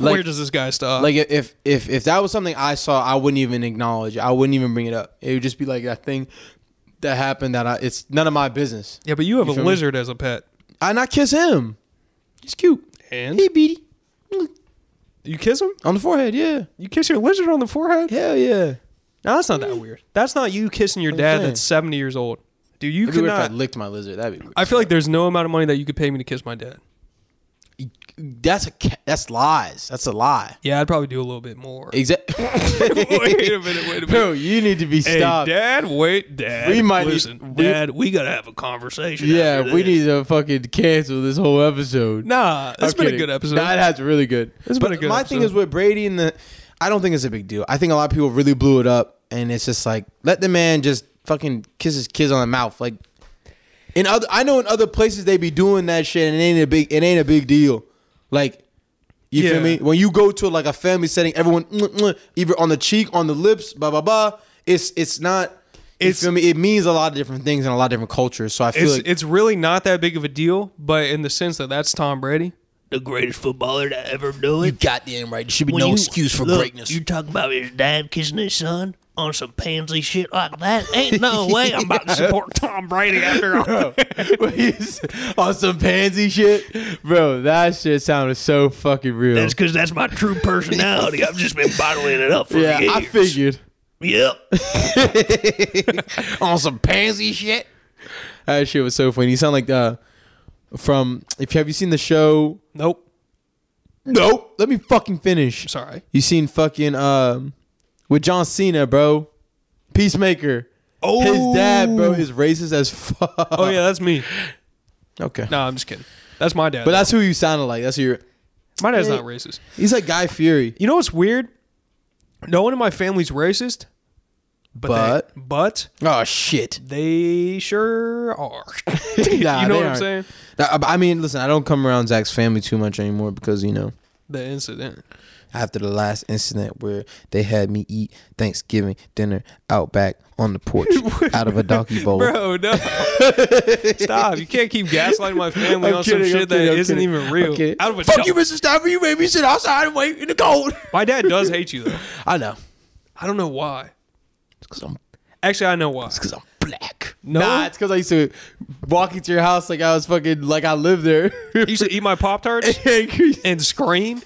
Where Like- does this guy stop? Like if if if that was something I saw, I wouldn't even acknowledge. it. I wouldn't even bring it up. It would just be like that thing that happened that I, it's none of my business. yeah, but you have a feel me? lizard as a pet, I not kiss him. He's cute. and Hey, Beatty, you kiss him. on the forehead. Yeah, You kiss your lizard on the forehead. hell yeah. No, that's not that weird. That's not you kissing your I'm dad saying. that's seventy years old, dude. You It'd be could weird if I not. licked my lizard. That'd be. Weird. I feel like there's no amount of money that you could pay me to kiss my dad. that's a ca- that's lies. That's a lie. Yeah, I'd probably do a little bit more. [LAUGHS] Exactly. [LAUGHS] wait a minute. Wait a minute. [LAUGHS] Bro, you need to be Hey, stopped. Dad, wait, Dad. We might need- listen, we- Dad. We gotta have a conversation. [LAUGHS] Yeah, after we this. need to fucking cancel this whole episode. Nah, I'm it's been a kidding. good episode. Nah, it has been really good. It's but been a good my thing episode. is with Brady and the, I don't think it's a big deal. I think a lot of people really blew it up, and it's just like let the man just fucking kiss his kids on the mouth. Like in other, I know in other places they be doing that shit, and it ain't a big, it ain't a big deal. Like you Yeah. feel me? When you go to like a family setting, everyone either on the cheek, on the lips, blah blah blah. It's it's not. You it's feel me? It means a lot of different things in a lot of different cultures. So I feel it's like it's really not that big of a deal, but in the sense that that's Tom Brady. the greatest footballer to ever do You it. goddamn right. There should be When no you- excuse for look, greatness. You talking about his dad kissing his son on some pansy shit like that? [LAUGHS] Ain't no way I'm about to support Tom Brady after all. on some pansy shit, bro. That shit sounded so fucking real. That's because that's my true personality. I've just been bottling it up for yeah, years. I figured. Yep. on some pansy shit. That shit was so funny. You sound like uh from if have you seen the show? Nope. Nope. Let me fucking finish. Sorry. You seen fucking um with John Cena, bro? Peacemaker. Oh, his dad, bro, is racist as fuck. Oh yeah, that's me. Okay. No, I'm just kidding. That's my dad. But that's who you sounded like. That's who you're. my dad's not racist. He's like Guy Fury. You know what's weird? No one in my family's racist, but But- they, but Oh shit. they sure are. [LAUGHS] Nah, you they know what I'm aren't. saying? Nah, I- I mean, listen, I don't come around Zach's family too much anymore because you know The incident. after the last incident where they had me eat Thanksgiving dinner out back on [LAUGHS] the porch out of a donkey bowl. Bro, [LAUGHS] no. Stop. You can't keep gaslighting my family I'm on kidding, some I'm shit kidding, that I'm isn't kidding. even real. I'm kidding. Out of a Fuck dump. you, Mr. Stafford. You made me sit outside and wait in the cold. My dad does hate you though. I know. I don't know why. Because I'm, Actually, I know why. 'cause I'm black. No, Nah, it's because I used to walk into your house like I was fucking like I lived there. you [LAUGHS] used to eat my pop tarts Angry and scream.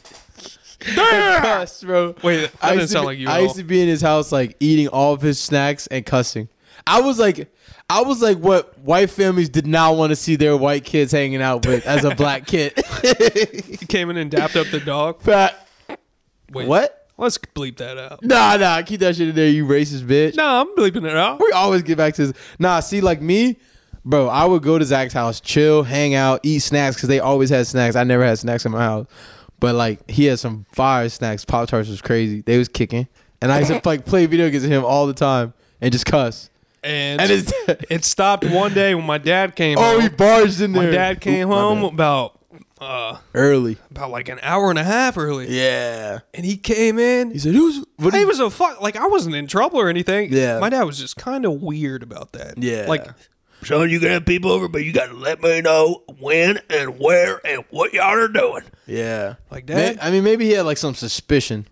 cuss, bro. Wait, that I didn't used to sound be- like you at I used all. to be in his house like eating all of his snacks and cussing. I was like, I was like what white families did not want to see their white kids hanging out with as a black kid. [LAUGHS] You came in and dapped up the dog. But- Wait, what? Let's bleep that out. Nah, nah, keep that shit in there, you racist bitch. No, I'm bleeping it out. We always get back to this. Nah, see, like me, bro, I would go to Zach's house, chill, hang out, eat snacks because they always had snacks. I never had snacks in my house, but like he had some fire snacks. Pop tarts was crazy. They was kicking, and I used to like play video games with him all the time and just cuss. And, And his [LAUGHS] it stopped one day when my dad came oh, he home. barged in there. My dad came Oop, my home bad. about uh early. about like an hour and a half early. Yeah, And he came in. he said, "Who's?" What he did- was a fuck. Like I wasn't in trouble or anything. Yeah. My dad was just kind of weird about that. Yeah. Like Son, you can have people over, but you got to let me know when and where and what y'all are doing. Yeah, Like that? May- I mean, maybe he had like some suspicion,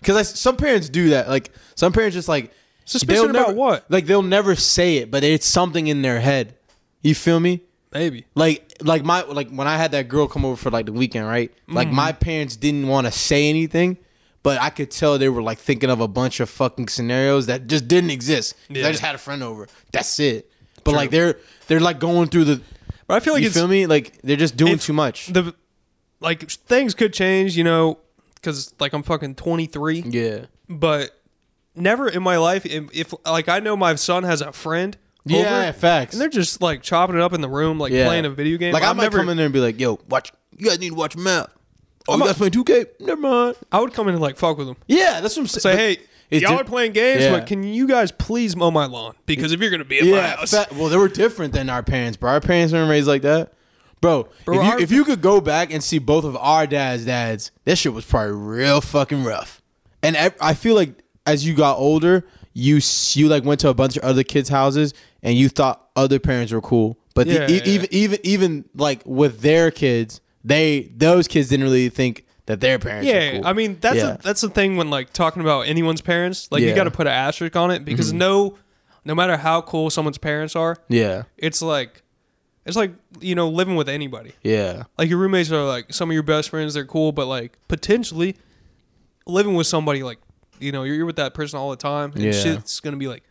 because like some parents do that. Like some parents just like Suspicion they'll about never- what? Like they'll never say it, but it's something in their head. You feel me? maybe. Like like my like when I had that girl come over for like the weekend, right? Like Mm-hmm. my parents didn't want to say anything, but I could tell they were like thinking of a bunch of fucking scenarios that just didn't exist. 'Cause Yeah. I just had a friend over. That's it. But like they're they're like going through the. But I feel like you it's feel me? Like they're just doing it's- too much. the like things could change. You know, because like I'm fucking 23. yeah. But never in my life, if, if like I know my son has a friend. Yeah, over, facts. And they're just like chopping it up in the room, like Yeah. playing a video game. Like i I've might never, come in there and be like, "Yo, watch. You guys need to watch them out. Oh, you guys playing 2K? Never mind. I would come in and like fuck with them. Yeah, that's what I'm Say, saying. hey, it's y'all di- are playing games, Yeah. but can you guys please mow my lawn? Because if you're gonna be in my yeah, house, fa- well, they were different than our parents, bro. Our parents weren't raised like that, bro. if, you, our- if you could go back and see both of our dads' dads, that shit was probably real fucking rough. And I, I feel like as you got older, you s- you like went to a bunch of other kids' houses and you thought other parents were cool, but the, Yeah, e- yeah. even even even like with their kids, they those kids didn't really think that their parents. were Yeah, cool. I mean that's Yeah. a, that's the thing when like talking about anyone's parents, like you Yeah. Mm-hmm. got to put an asterisk on it because no, no matter how cool someone's parents are, yeah, it's like, it's like you know living with anybody. yeah. Like your roommates are like some of your best friends, they're cool, but like potentially living with somebody like you know you're, you're with that person all the time, and Yeah. shit's gonna be like,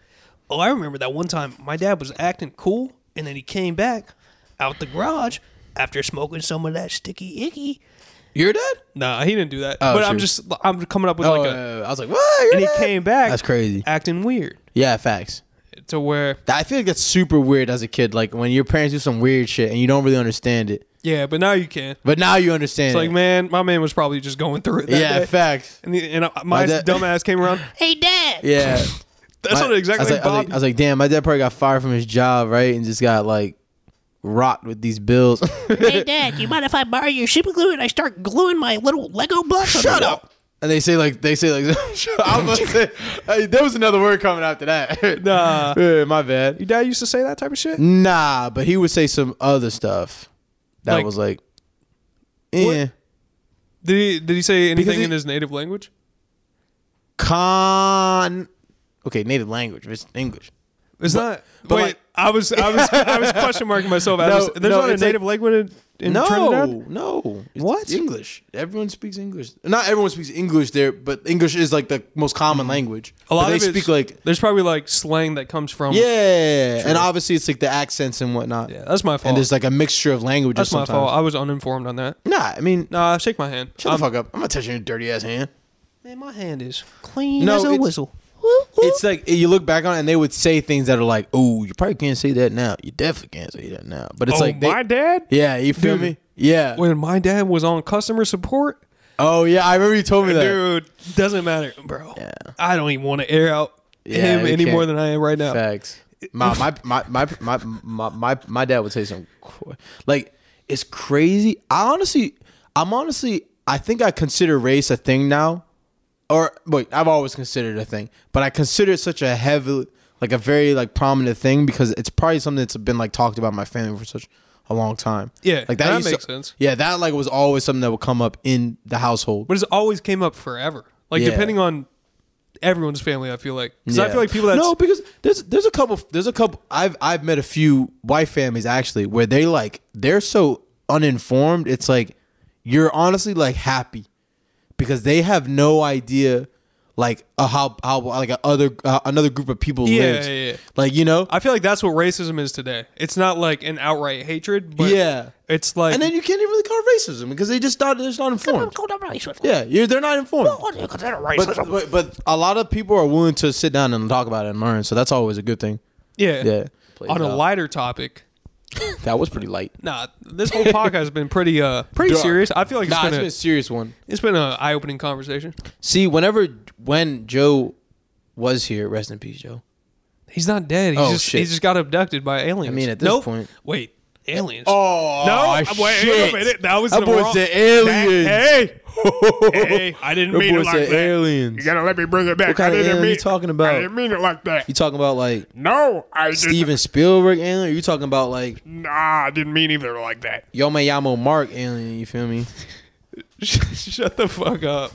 oh, I remember that one time my dad was acting cool, and then he came back. Out the garage after smoking some of that sticky icky. Your dad? Nah, he didn't do that. Oh, but I'm true. just I'm coming up with Oh, like yeah, a. yeah, yeah. I was like, what? Your And he dad?" came back. That's crazy. Acting weird Yeah, facts. to where I feel like that's super weird as a kid. Like when your parents do some weird shit and you don't really understand it, Yeah, but now you can. but now you understand. It's like, it. man, my man was probably just going through it. That yeah, day. facts. and, the, and I- my, My dad- dumbass came [LAUGHS] around. Hey, Dad. Yeah, [LAUGHS] That's My- not exactly I was, like, I, was Bob. like, I was like, damn, my dad probably got fired from his job, right, and just got like rocked with [LAUGHS] these bills. [LAUGHS] Hey, Dad, you mind if I borrow your super glue and I start gluing my little Lego blocks? Shut up. and they say like they say like [LAUGHS] [LAUGHS] I was about to say, hey, there was another word coming after that. [LAUGHS] Nah. Yeah, my [LAUGHS] bad. Your dad used to say that type of shit? Nah, but he would say some other stuff that Like- was like, eh, Did he, did he say anything he- in his native language? con. Okay, native language, it's English. It's not. but wait, like- I was I was I [LAUGHS] was question marking myself. I No, was, there's no, not a it's like- native language in, in no, Trinidad. no. It's What? English? Everyone speaks English. Not everyone speaks English there, but English is like the most common language. Mm-hmm. A lot but they of it's- speak like there's probably like slang that comes from. yeah, and obviously it's like the accents and whatnot. yeah. That's my fault. and there's like a mixture of languages. that's my sometimes. fault. I was uninformed on that. Nah, I mean, Nah, shake my hand. shut the fuck up. I'm not touching your dirty ass hand. Man, my hand is clean No, as a it's- whistle. It's like you look back on it and they would say things that are like, "Oh, you probably can't say that now. You definitely can't say that now." But it's oh, like, they, my dad. yeah, you feel Dude. me? Yeah. When my dad was on customer support, Oh yeah, I remember you told me that. dude, doesn't matter, bro. I don't even want to air out Yeah, him you any more can't. than I am right now. Facts. My my my my my my my, my dad would say some qu- like it's crazy. I honestly, I'm honestly, I think I consider race a thing now, or wait, I've always considered a thing, but I consider it such a heavy, like a very like prominent thing because it's probably something that's been like talked about in my family for such a long time. Yeah, like that used to- makes sense. Yeah, that like was always something that would come up in the household. but it's always came up forever. Like Yeah. depending on everyone's family, I feel like because I Yeah. feel like people that's no because there's there's a couple there's a couple I've I've met a few white families actually where they like they're so uninformed it's like you're honestly like happy because they have no idea like uh, how how like a other uh, another group of people Yeah, lives yeah, yeah. like you know I feel like that's what racism is today. It's not like an outright hatred, but Yeah. it's like and then you can't even really call it racism because they just not they're just not informed yeah you're, they're not informed but, but but a lot of people are willing to sit down and talk about it and learn so that's always a good thing yeah, yeah on a Plays out. lighter topic. that was pretty light Nah, this whole podcast has been pretty uh pretty Dark. serious. I feel like it's Nah, been it's a, been a serious one. it's been an eye opening conversation. See, whenever when Joe was here, rest in peace, Joe. He's not dead. He's Oh, just shit. he just got abducted by aliens. I mean, at this Nope. point- wait, aliens. Oh no, wait, wait a minute. That was That the boy wrong- said aliens. hey, hey, I didn't That mean boy it like said that. aliens. You gotta let me bring it back. What kind I of didn't alien mean you talking about? I didn't mean it like that. You talking about [LAUGHS] like No, I didn't. Steven Spielberg alien? Or you talking about like Nah, I didn't mean either like that. Yo Me Llamo Mark alien? You feel [LAUGHS] me? [LAUGHS] Shut the fuck up.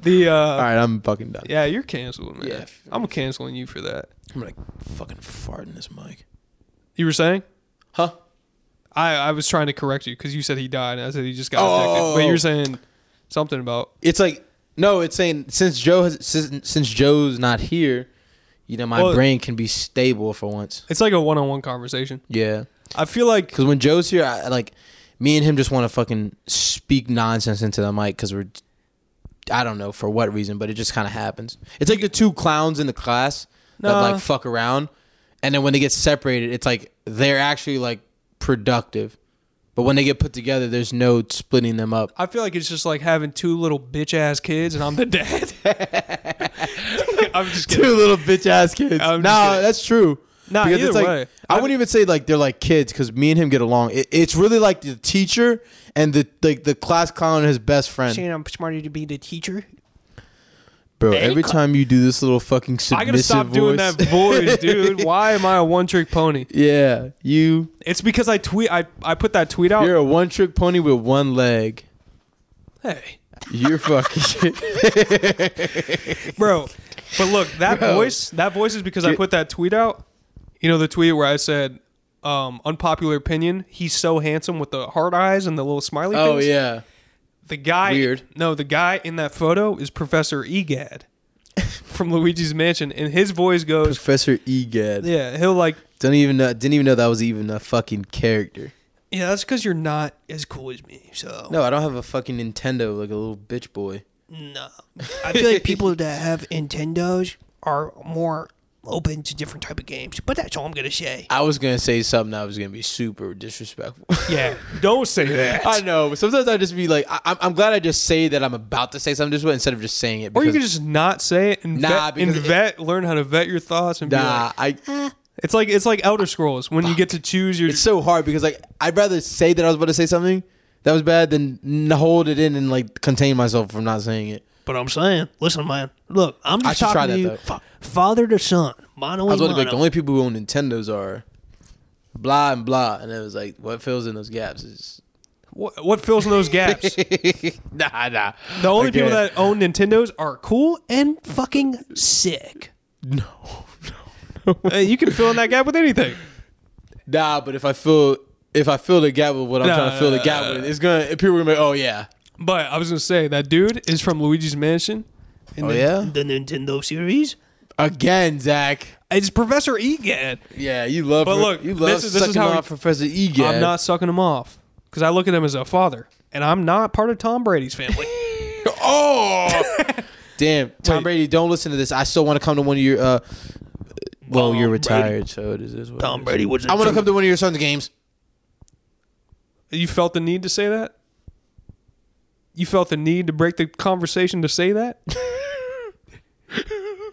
The uh, All right, I'm fucking done. yeah, you're canceled, man. Yeah. I'm canceling you for that. I'm gonna fucking fart in this mic. You were saying? Huh? I, I was trying to correct you because you said he died, and I said he just got abducted. But you were saying something about It's like no, it's saying since Joe has since, since Joe's not here, you know my Well- brain can be stable for once. it's like a one on one conversation. Yeah. I feel like Because when Joe's here, I, I, like me and him just want to fucking speak nonsense into the mic because we're, I don't know for what reason, but it just kind of happens. It's like the two clowns in the class Nah. that like fuck around, and then when they get separated, it's like they're actually like productive, but when they get put together, there's no splitting them up. I feel like it's just like having two little bitch ass kids, and I'm the [LAUGHS] dad. I'm just kidding. [LAUGHS] Two little bitch ass kids. I'm just Nah, kidding. that's true. Nah, Because it's either like, way. I wouldn't even say like they're like kids because me and him get along. It, it's really like the teacher and the like the class clown and his best friend. Saying I'm smarter to be the teacher. Bro, every time you do this little fucking submissive I gotta stop voice, doing that voice, [LAUGHS] dude. Why am I a one trick pony? [LAUGHS] yeah, you It's because I tweet. I I put that tweet out. you're a one trick pony with one leg. hey, [LAUGHS] You're fucking bro. But look, that voice. That voice is because I put that tweet out. You know the tweet where I said, um, "Unpopular opinion. He's so handsome with the hard eyes and the little smiley." Oh face." yeah. The guy. Weird. No, the guy in that photo is Professor Egad [LAUGHS] from Luigi's Mansion, and his voice goes, Professor Egad. "Yeah, he'll like." Don't even know didn't even know that was even a fucking character. Yeah, that's because you're not as cool as me. So No, I don't have a fucking Nintendo like a little bitch boy. [LAUGHS] No. I feel like people that have Nintendos are more open to different type of games. But that's all I'm gonna say. I was gonna say something that was gonna be super disrespectful. yeah, don't say that. [LAUGHS] I know, but sometimes I just be like, I, I'm, I'm glad I just say that I'm about to say something this way instead of just saying it. Or you because- could just not say it and Nah, vet, and because it- vet learn how to vet your thoughts and be nah, like, I. it's like it's like Elder Scrolls when you get to choose your It's so hard because like I'd rather say that I was about to say something that was bad than n- hold it in and like contain myself from not saying it. But I'm saying, listen, man. Look, I'm I just should try talking that, to you, though. Fuck. father to son, mano I a was about to be like, the mano. only people who own Nintendos are blah and blah, and it was like, what fills in those gaps is What, what fills in those gaps? [LAUGHS] nah, nah. The only people Again. that own Nintendos are cool and fucking sick. [LAUGHS] No, no, no. you can fill in that gap with anything. Nah, but if I fill if I fill the gap with what I'm Nah, trying to fill the nah, gap with, it's gonna people are gonna be like, oh yeah, But I was gonna say that dude is from Luigi's Mansion. And oh the- yeah, The Nintendo series. again, Zach. It's Professor Egad. Yeah, you love. But her- look, you love this is- this is sucking how- off Professor E Egan. I'm not sucking him off because I look at him as a father, and I'm not part of Tom Brady's family. Damn, Tom Brady, don't listen to this. I still want to come to one of your. uh Oh, Well, you're retired, so it is. This what Tom Brady was. I want to to come to one of your son's games. you felt the need to say that. You felt the need to break the conversation to say that.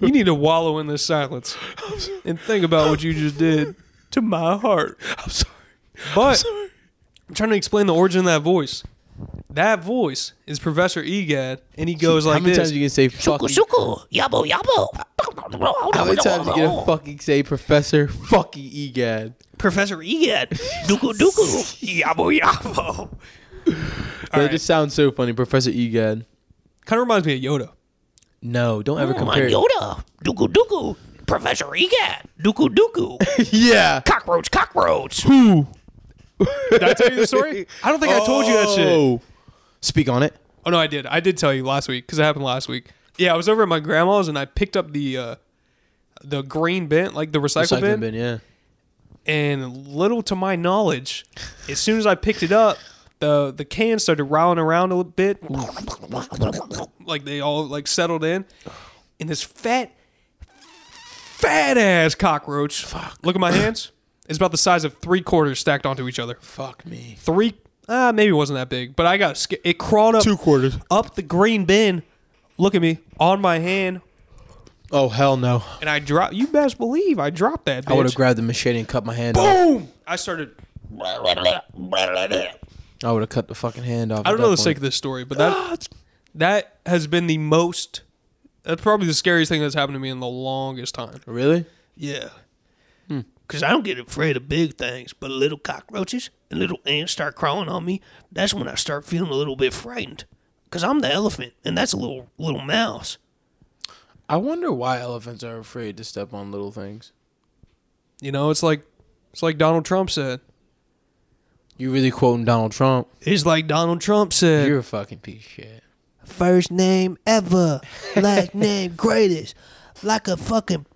you need to wallow in this silence and think about what you just did to my [LAUGHS] heart. I'm sorry. But I'm, trying to explain the origin of that voice. That voice is Professor Egad, and he goes How like many this. times you can say fucking? Shuku, yabo, yabo. How many times you gonna fucking say Professor fucking Egad? Professor E- Egad, duku duku, yabo yabo. That just sounds so funny, Professor Egad. kind of reminds me of Yoda. No, don't ever Come on, compare. Yoda, duku duku. Professor Egad, duku duku. [LAUGHS] yeah, Cockroach, cockroach. Did I tell you the story? [LAUGHS] I don't think I told you that shit. Oh, speak on it. Oh no, I did. I did tell you last week because it happened last week. Yeah, I was over at my grandma's and I picked up the uh, the green bin, like the recycle, bin, Recycling bin, yeah. And little to my knowledge, as soon as I picked it up, the the can started riling around a little bit, like they all like settled in. And this fat, fat ass cockroach. Fuck. Look at my hands. It's about the size of three quarters stacked onto each other. Fuck me. three uh, maybe it wasn't that big but i got scared it crawled up Two quarters. up the green bin look at me on my hand Oh hell no! and i dropped you best believe i dropped that bitch. I would have grabbed the machete and cut my hand off. boom i started I would have cut the fucking hand off. i don't know the sake of this story but Ah! that that has been the most that's probably the scariest thing that's happened to me in the longest time Really? [LAUGHS] Yeah. Hmm. Because I don't get afraid of big things, but little cockroaches and little ants start crawling on me, that's when I start feeling a little bit frightened. Because I'm the elephant, and that's a little little mouse. I wonder why elephants are afraid to step on little things. you know it's like it's like donald trump said You really quoting Donald Trump? it's like donald trump said You're a fucking piece of shit. First name ever, [LAUGHS] last name greatest. Like a fucking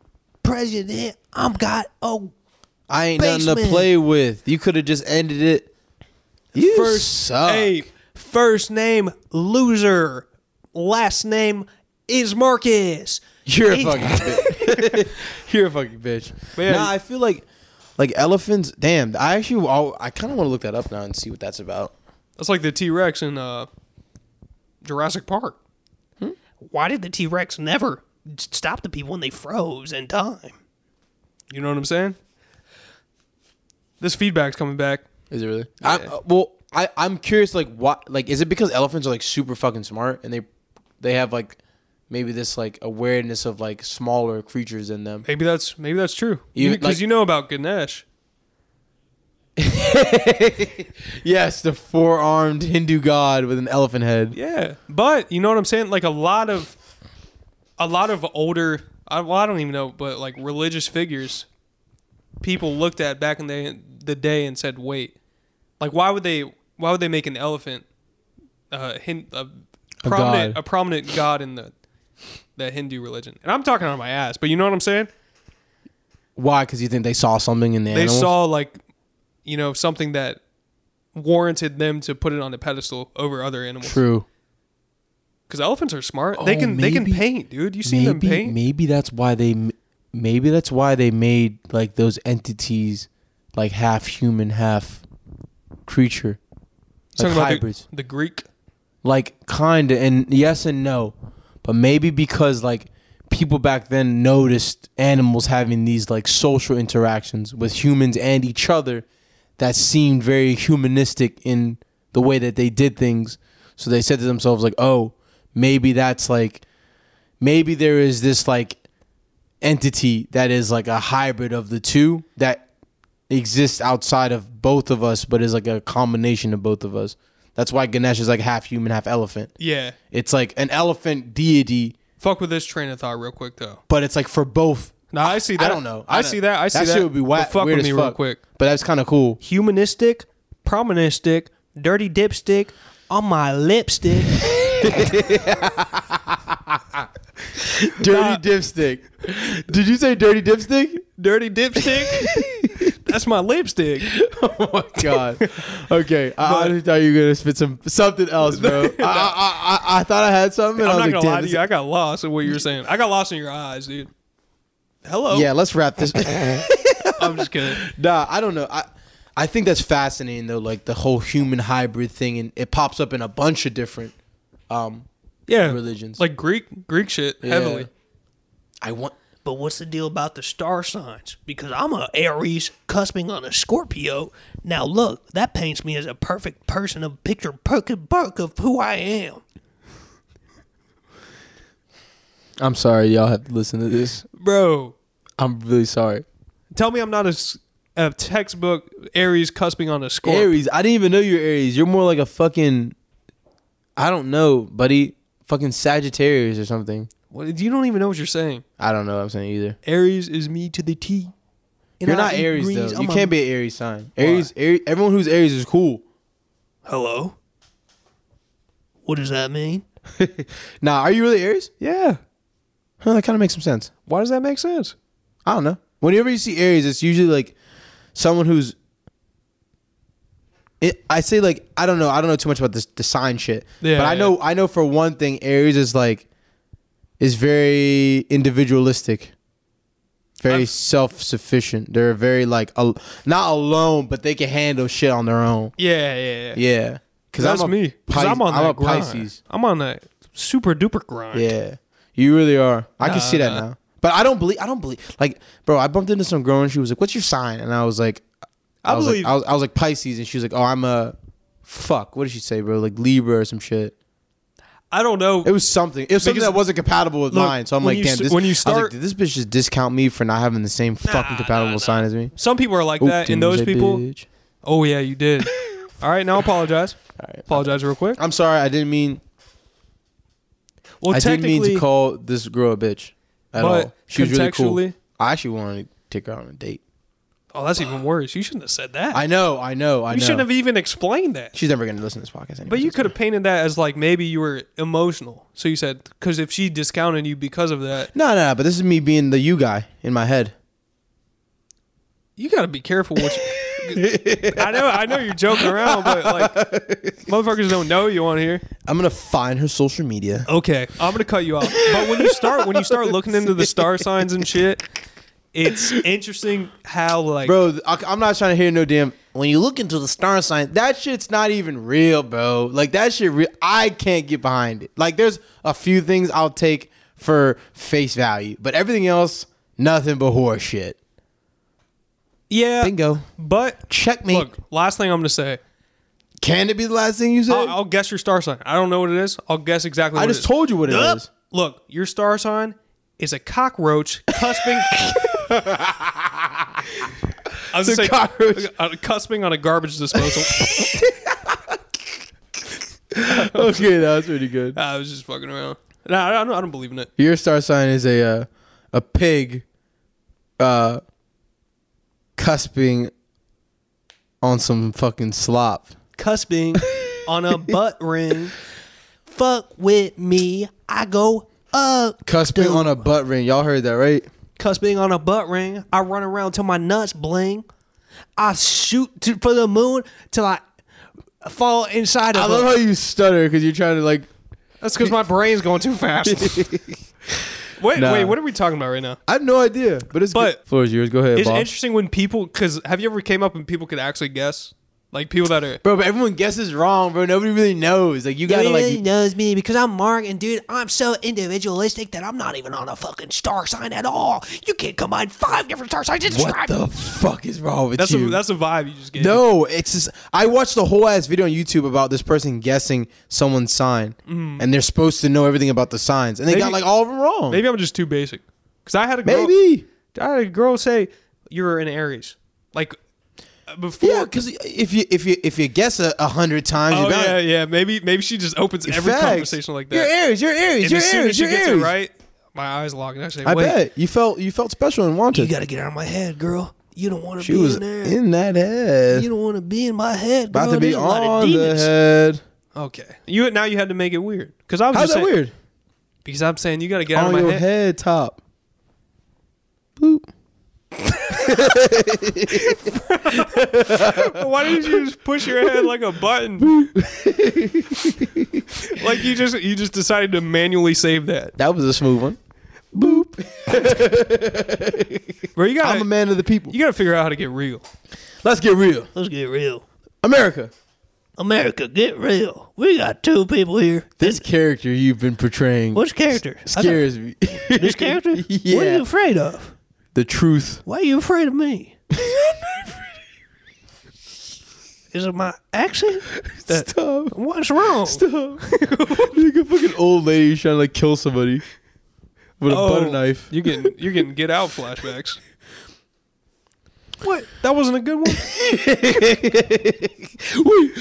president, I'm got oh I ain't nothing Basement. to play with. You could have just ended it. You first suck. hey first name loser last name is marcus You're a fucking bitch. [LAUGHS] You're a fucking bitch. yeah, nah, you- I feel like like elephants. Damn, I actually I, I kind of want to look that up now and see what that's about. That's like the T Rex in uh, Jurassic Park. Hmm? Why did the T Rex never stop the people when they froze in time? You know what I'm saying? This feedback's coming back. Is it really? I, uh, well, I I'm curious. Like what? Like is it because elephants are like super fucking smart and they they have like maybe this like awareness of like smaller creatures in them? Maybe that's maybe that's true. Because You- you, 'cause like- you know about Ganesh. [LAUGHS] Yes, the four armed Hindu god with an elephant head. Yeah, but you know what I'm saying? Like a lot of a lot of older, I, well, I don't even know, but like religious figures, people looked at back in the the day and said, "Wait, like why would they? Why would they make an elephant uh, hin, a prominent god. a prominent god in the the Hindu religion?" And I'm talking on my ass, but you know what I'm saying? Why? Because you think they saw something in the animals? They saw like you know something that warranted them to put it on a pedestal over other animals True. because elephants are smart. they Oh, can they can maybe- paint, dude. You seen them Maybe paint? maybe that's why they m- maybe that's why they made like those entities like half human, half creature, like Talking about the- hybrids. The, Greek. like kinda and yes and no but maybe because like people back then noticed animals having these like social interactions with humans and each other that seemed very humanistic in the way that they did things so they said to themselves like oh maybe that's like maybe there is this like entity that is like a hybrid of the two that exists outside of both of us but is like a combination of both of us. That's why Ganesh is like half human, half elephant. Yeah. It's like an elephant deity, Fuck with this train of thought real quick though. but it's like for both. No, I see that. I don't know. I, see that. I see that. That shit would be But whack. Fuck weird with me as real fuck. quick. But that's kind of cool. Humanistic, proministic, dirty dipstick on my lipstick. Dirty dipstick. Did you say dirty dipstick? Dirty [LAUGHS] dipstick. That's my lipstick. Oh my [LAUGHS] god. Okay, I honestly thought you were gonna spit some something [LAUGHS] else, bro. I, I, I, I thought I had something. and I I'm was not like, gonna damn, lie to this- you. I got lost in what you were saying. I got lost in your eyes, dude. Hello. Yeah, let's wrap this. [LAUGHS] [LAUGHS] I'm just kidding. nah, I don't know. I I think that's fascinating though, like the whole human hybrid thing, and it pops up in a bunch of different. Um, Yeah. Religions. Like Greek Greek shit heavily. I want. But what's the deal about the star signs? Because I'm a Aries cusping on a Scorpio. Now look, that paints me as a perfect person, a picture perfect book of who I am. I'm sorry, y'all have to listen to this. Bro, I'm really sorry. tell me I'm not a, s- a textbook Aries cusping on a score. Aries, I didn't even know you were Aries. You're more like a fucking, I don't know, buddy, fucking Sagittarius or something. What, you don't even know what you're saying. I don't know what I'm saying either. Aries is me to the T. You're not I Aries agree. though. You I'm a- can't be an Aries sign. Aries, Aries, everyone who's Aries is cool. [LAUGHS] Hello? What does that mean? Nah, are you really Aries? Yeah. Huh, that kind of makes some sense. Why does that make sense? I don't know. Whenever you see Aries, it's usually like someone who's. It, I say like I don't know. I don't know too much about this the sign shit. Yeah, but I know I know for one thing, Aries is like is very individualistic, very self sufficient. They're very like al- not alone, but they can handle shit on their own. Yeah, yeah, yeah. Yeah, because That's me. Because I'm on I'm that a grind. Pisces. I'm on that super duper grind. Yeah, you really are. I Nah, can see that nah. now. But I don't believe. I don't believe. Like, bro, I bumped into some girl and she was like, "What's your sign?" And I was like, I "I, was believe- like, I was, I was like Pisces," and she was like, "Oh, I'm a fuck. What did she say, bro? Like Libra or some shit." I don't know. It was something. It was something Because- that wasn't compatible with look, mine. So I'm when like, you damn. s- This, when you I was start- like, did this bitch just discount me for not having the same fucking compatible sign as me? Some people are like that, Ooped him and those as a people. bitch. Oh yeah, you [LAUGHS] did. All right, now apologize. Apologize real quick. I'm sorry. I didn't mean. Well, I didn't technically, mean to call this girl a bitch at But all. She was really cool. contextually- I actually wanted to take her out on a date. oh, that's even worse. You shouldn't have said that. I know. I know. I you know. shouldn't have even explained that. She's never gonna listen to this podcast anyway. But you could have painted that as like maybe you were emotional. So you said because if she discounted you because of that, No, no, no. But this is me being the you guy in my head. you got to be careful. What you, I know, I know you're joking around, but like motherfuckers don't know you on here. I'm gonna find her social media. Okay, I'm gonna cut you off. But when you start when you start looking into the star signs and shit, it's interesting how like Bro, th- I- I'm not trying to hear no damn. When you look into the star sign, that shit's not even real, bro. Like that shit, real. I can't get behind it. Like there's a few things I'll take for face value, but everything else, nothing but horse shit. yeah, Bingo. But Checkmate. look, last thing I'm gonna say, Can it be the last thing you say? I'll, I'll guess your star sign. I don't know what it is. I'll guess exactly. What I it just is. told you what it is. [LAUGHS] Look, your star sign is a cockroach [LAUGHS] cusping. I was It's a saying [LAUGHS] cockroach. uh, cusping on a garbage disposal. Okay, that was pretty good. [LAUGHS] I was just fucking around. No, I don't, I don't believe in it. Your star sign is a uh, a pig uh cusping on some fucking slop. Cusping [LAUGHS] on a butt ring. Fuck with me. I go uh Cusping on a butt ring. Y'all heard that, right? cusping on a butt ring. I run around till my nuts bling. I shoot to, for the moon till I fall inside of I a- love how you stutter because you're trying to like That's because my brain's going too [LAUGHS] fast. wait, Nah. wait, what are we talking about right now? I have no idea, but it's But- good. floor is yours. Go ahead, It's boss. interesting when people, because have you ever came up and people could actually guess Like people that are bro. But everyone guesses wrong, bro. Nobody really knows. Like you gotta Nobody like really knows me because I'm Mark, and dude, I'm so individualistic that I'm not even on a fucking star sign at all. You can't combine five different star signs. and What describe- the fuck is wrong with that's you? a, that's a vibe you just get. no, it's just I watched the whole ass video on YouTube about this person guessing someone's sign, and they're supposed to know everything about the signs, and they got Mm. Maybe- like all of them wrong. Maybe I'm just too basic. Cuz I had a girl, maybe. I had a girl say you're an Aries. Like uh, before Yeah, because if you if you if you guess a, a hundred times, Oh you're bound- yeah, yeah. Maybe maybe she just opens every Facts. conversation like that. You're Aries. You're Aries. and you're as soon Aries. as she You're gets Aries. it right, my eyes lock and I say, I "Wait, bet you felt you felt special and You wanted. gotta get out of my head, girl. You don't want to She be was in there. in that head, you don't want to be in my head. Girl. about to be There's a lot of on the demons. head. okay." You now you had to make it weird because I was How's just that saying, weird? because I'm saying you got to get out On of your my head. head. top. Boop. Why didn't you just push your head like a [LAUGHS] button? like you just you just decided to manually save that. That was a smooth one. Boop. Where you got I'm a to man of the people. you got to figure out how to get real. Let's get real. Let's get real. America. America, get real. We got two people here. This character you've been portraying Which character? I thought- scares me. [LAUGHS] This character? What are Yeah. you afraid of? the truth. Why are you afraid [LAUGHS] of me? Is it my accent? That- Stop. What's wrong? Stop. like a fucking old lady trying to like kill somebody with a butter knife. Oh, You're getting you're getting get out [LAUGHS] flashbacks. What? That wasn't a good one. Wait,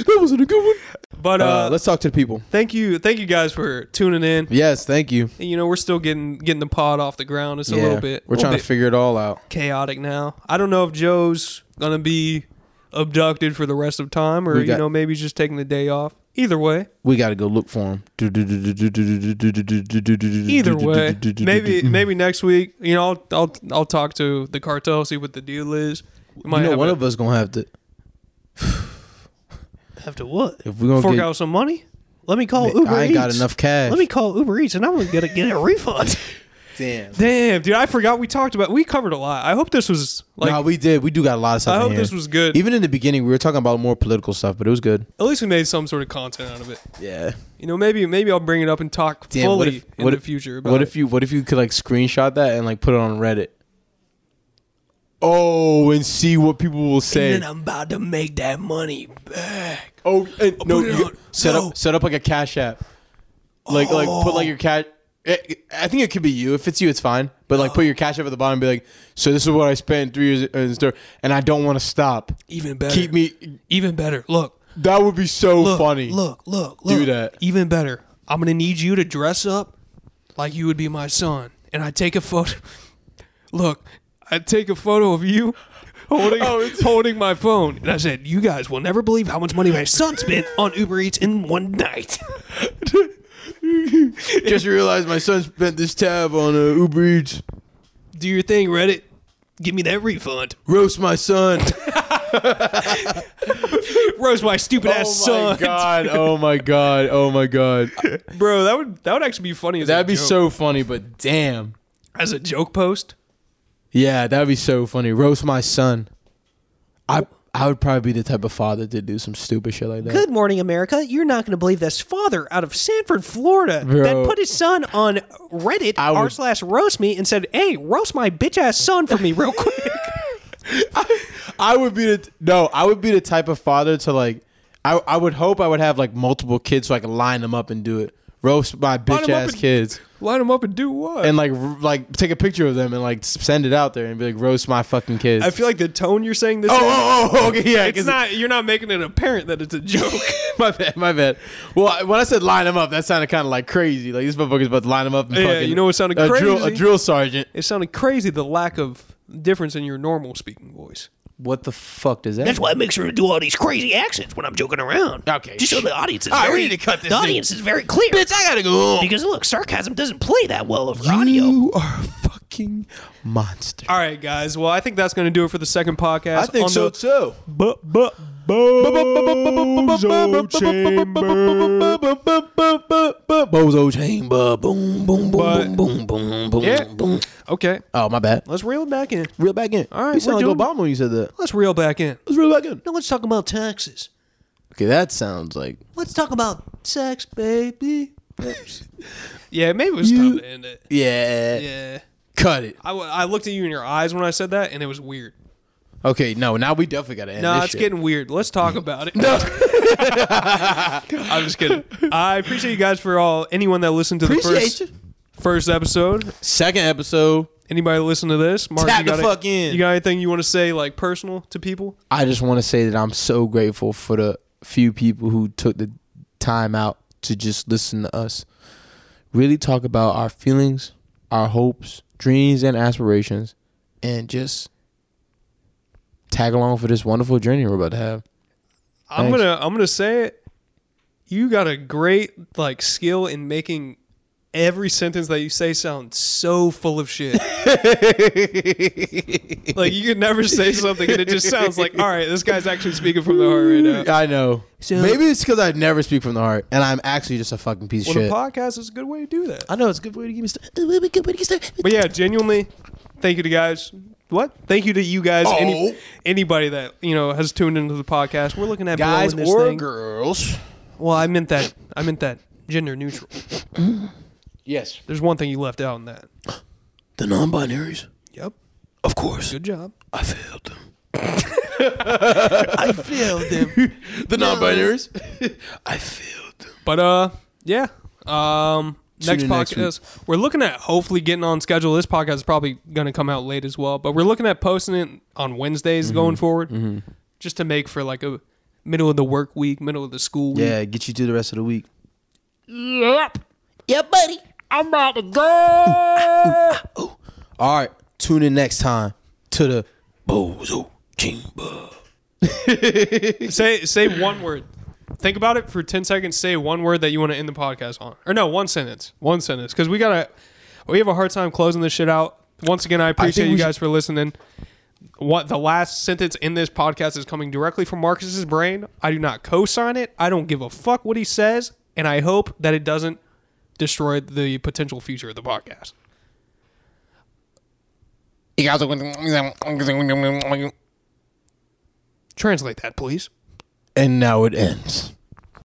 that wasn't a good one. But uh, Uh, let's talk to the people. thank you thank you guys for tuning in. Yes, thank you. You know we're still getting getting the pod off the ground. It's a Yeah, little bit We're little trying bit to figure it all out. chaotic now. I don't know if Joe's gonna be abducted for the rest of time, or We got- you know maybe he's just taking the day off. Either way, We got to go look for him. Either [LAUGHS] either way, maybe maybe next week. You know, I'll I'll, I'll talk to the cartel, see what the deal is. We might You know, have one a- of us gonna have to. After what? If we're gonna fork get, out some money. Let me call Uber I ain't Eats. got enough cash. Let me call Uber Eats and I'm gonna get a, get [LAUGHS] a refund. Damn. Damn, dude, I forgot we talked about. We covered a lot. I hope this was like. nah, we did. We do got a lot of stuff. I in hope here. this was good. Even in the beginning, we were talking about more political stuff, but it was good. At least we made some sort of content out of it. Yeah. You know, maybe maybe I'll bring it up and talk Damn. fully what if in what the if, future. About What it. if you What if you could like screenshot that and like put it on Reddit? Oh, and see what people will say. and I'm about to make that money back. Oh, and no, put it you- on- set no. up set up like a cash app. Like like put like your cash. I think it could be you. If it's you, it's fine. But like put your cash app at the bottom and be like, so this is what I spent three years in store, and I don't want to stop. Even better. Keep me. Even better. Look, That would be so look, funny. Look, look, Do look. that. Even better. I'm gonna need you to dress up like you would be my son, and I take a photo. [LAUGHS] Look, I take a photo of you [LAUGHS] holding Oh, [LAUGHS] holding my phone, and I said, "You guys will never believe how much money my son spent on Uber Eats in one night." [LAUGHS] Just realized my son spent this tab on uh, Uber Eats. Do your thing, Reddit. Give me that refund. Roast [LAUGHS] my son. Roast my stupid ass oh my son, god. Oh my god. Oh my god. [LAUGHS] bro. That would that would actually be funny. As [LAUGHS] That'd a be joke. so funny, but damn. as a joke post. Yeah, that'd be so funny. Roast my son. I I would probably be the type of father to do some stupid shit like that. Good morning, America. You're not going to believe this father out of Sanford, Florida, that Bro. put his son on Reddit I r would- slash roast me and said, "Hey, roast my bitch ass son for [LAUGHS] me, real quick." I would be the no. I would be the type of father to like. I I would hope I would have like multiple kids so I could line them up and do it. Roast my Line 'em up bitch ass and- kids Line them up and do what? and like r- like take a picture of them and like s- send it out there and be like roast my fucking kids. I feel like the tone you're saying this. oh, in- oh [LAUGHS] oh okay yeah. It's 'cause- not. You're not making it apparent that it's a [LAUGHS] joke. [LAUGHS] my bad my bad. Well, I, when I said line them up, that sounded kind of like crazy. Like this motherfucker's about to line them up. And Yeah, fucking, you know what sounded a Drill, a crazy? drill sergeant. it sounded crazy. The lack of difference in your normal speaking voice. What the fuck does that? That's why I make sure to do all these crazy accents when I'm joking around. Okay, just so shh. the audience is All right, very we need to cut this the thing. audience is very clear. Bitch, I gotta go. because look, sarcasm doesn't play that well over audio. You are a fucking monster. All right, guys. Well, I think that's going to do it for the second podcast. I think on so the- too. Bu- bu- bozo chamber. Bozo chamber. but bozo chamber. Boom, boom, boom, But- boom, boom, boom, boom, Yeah. boom. Okay, Oh, my bad. let's reel it back in. Reel back in. All right, you sound we're like doing- Obama when you said that. Let's reel back in. Let's reel back in. Now let's talk about taxes. Okay, that sounds like Let's talk about sex, baby. Yeah, maybe it was time to end it. [LAUGHS] yeah. Yeah, Cut it. I, w- I looked at you in your eyes when I said that, and it was weird. Okay, no. Now we definitely gotta end No, this it's shit. getting weird. Let's [LAUGHS] talk about it. No. [LAUGHS] I'm just kidding. I appreciate you guys for all anyone that listened to the Appreciate first you. first episode. Second episode. Anybody listen to this? Mark, Tap you got the any- fuck in. You got anything you want to say like personal to people? I just want to say that I'm so grateful for the few people who took the time out to just listen to us really talk about our feelings, our hopes, dreams, and aspirations, and just tag along for this wonderful journey we're about to have. I'm Thanks. gonna I'm gonna say it. You got a great like skill in making every sentence that you say sound so full of [LAUGHS] shit. like you could never say something and it just sounds like, all right, this guy's actually speaking from the heart right now. I know. Maybe it's because I never speak from the heart, and I'm actually just a fucking piece Well, of shit. the podcast is a good way to do that. I know it's a good way to give me. St- But yeah, genuinely, thank you to guys. What? Thank you to you guys. Any, Oh. anybody that you know has tuned into the podcast. We're looking at Guys blowing this or thing. girls? Well, I meant that. I meant that gender neutral. Yes. There's one thing you left out in that. The non-binaries. Yep. Of course. Good job. I failed them. Feel them. The non-binaries. [LAUGHS] I failed them. But uh, yeah. Um, next in next podcast, we're looking at hopefully getting on schedule. This podcast is probably going to come out late as well, but we're looking at posting it on Wednesdays Mm-hmm. going forward, just to make for like a middle of the work week, middle of the school week. Yeah, get you through the rest of the week. Yep. Yeah, buddy. I'm about to go. All right, tune in next time to the Bozo chamber. [LAUGHS] Say say one word. Think about it for ten seconds. Say one word that you want to end the podcast on, or no, one sentence. One sentence, because we gotta. We have a hard time closing this shit out. Once again, I appreciate we you should- guys for listening. What the last sentence in this podcast is coming directly from Marcus's brain. I do not co-sign it. I don't give a fuck what he says, and I hope that it doesn't destroy the potential future of the podcast. You guys are going to... Translate that, please. and now it ends.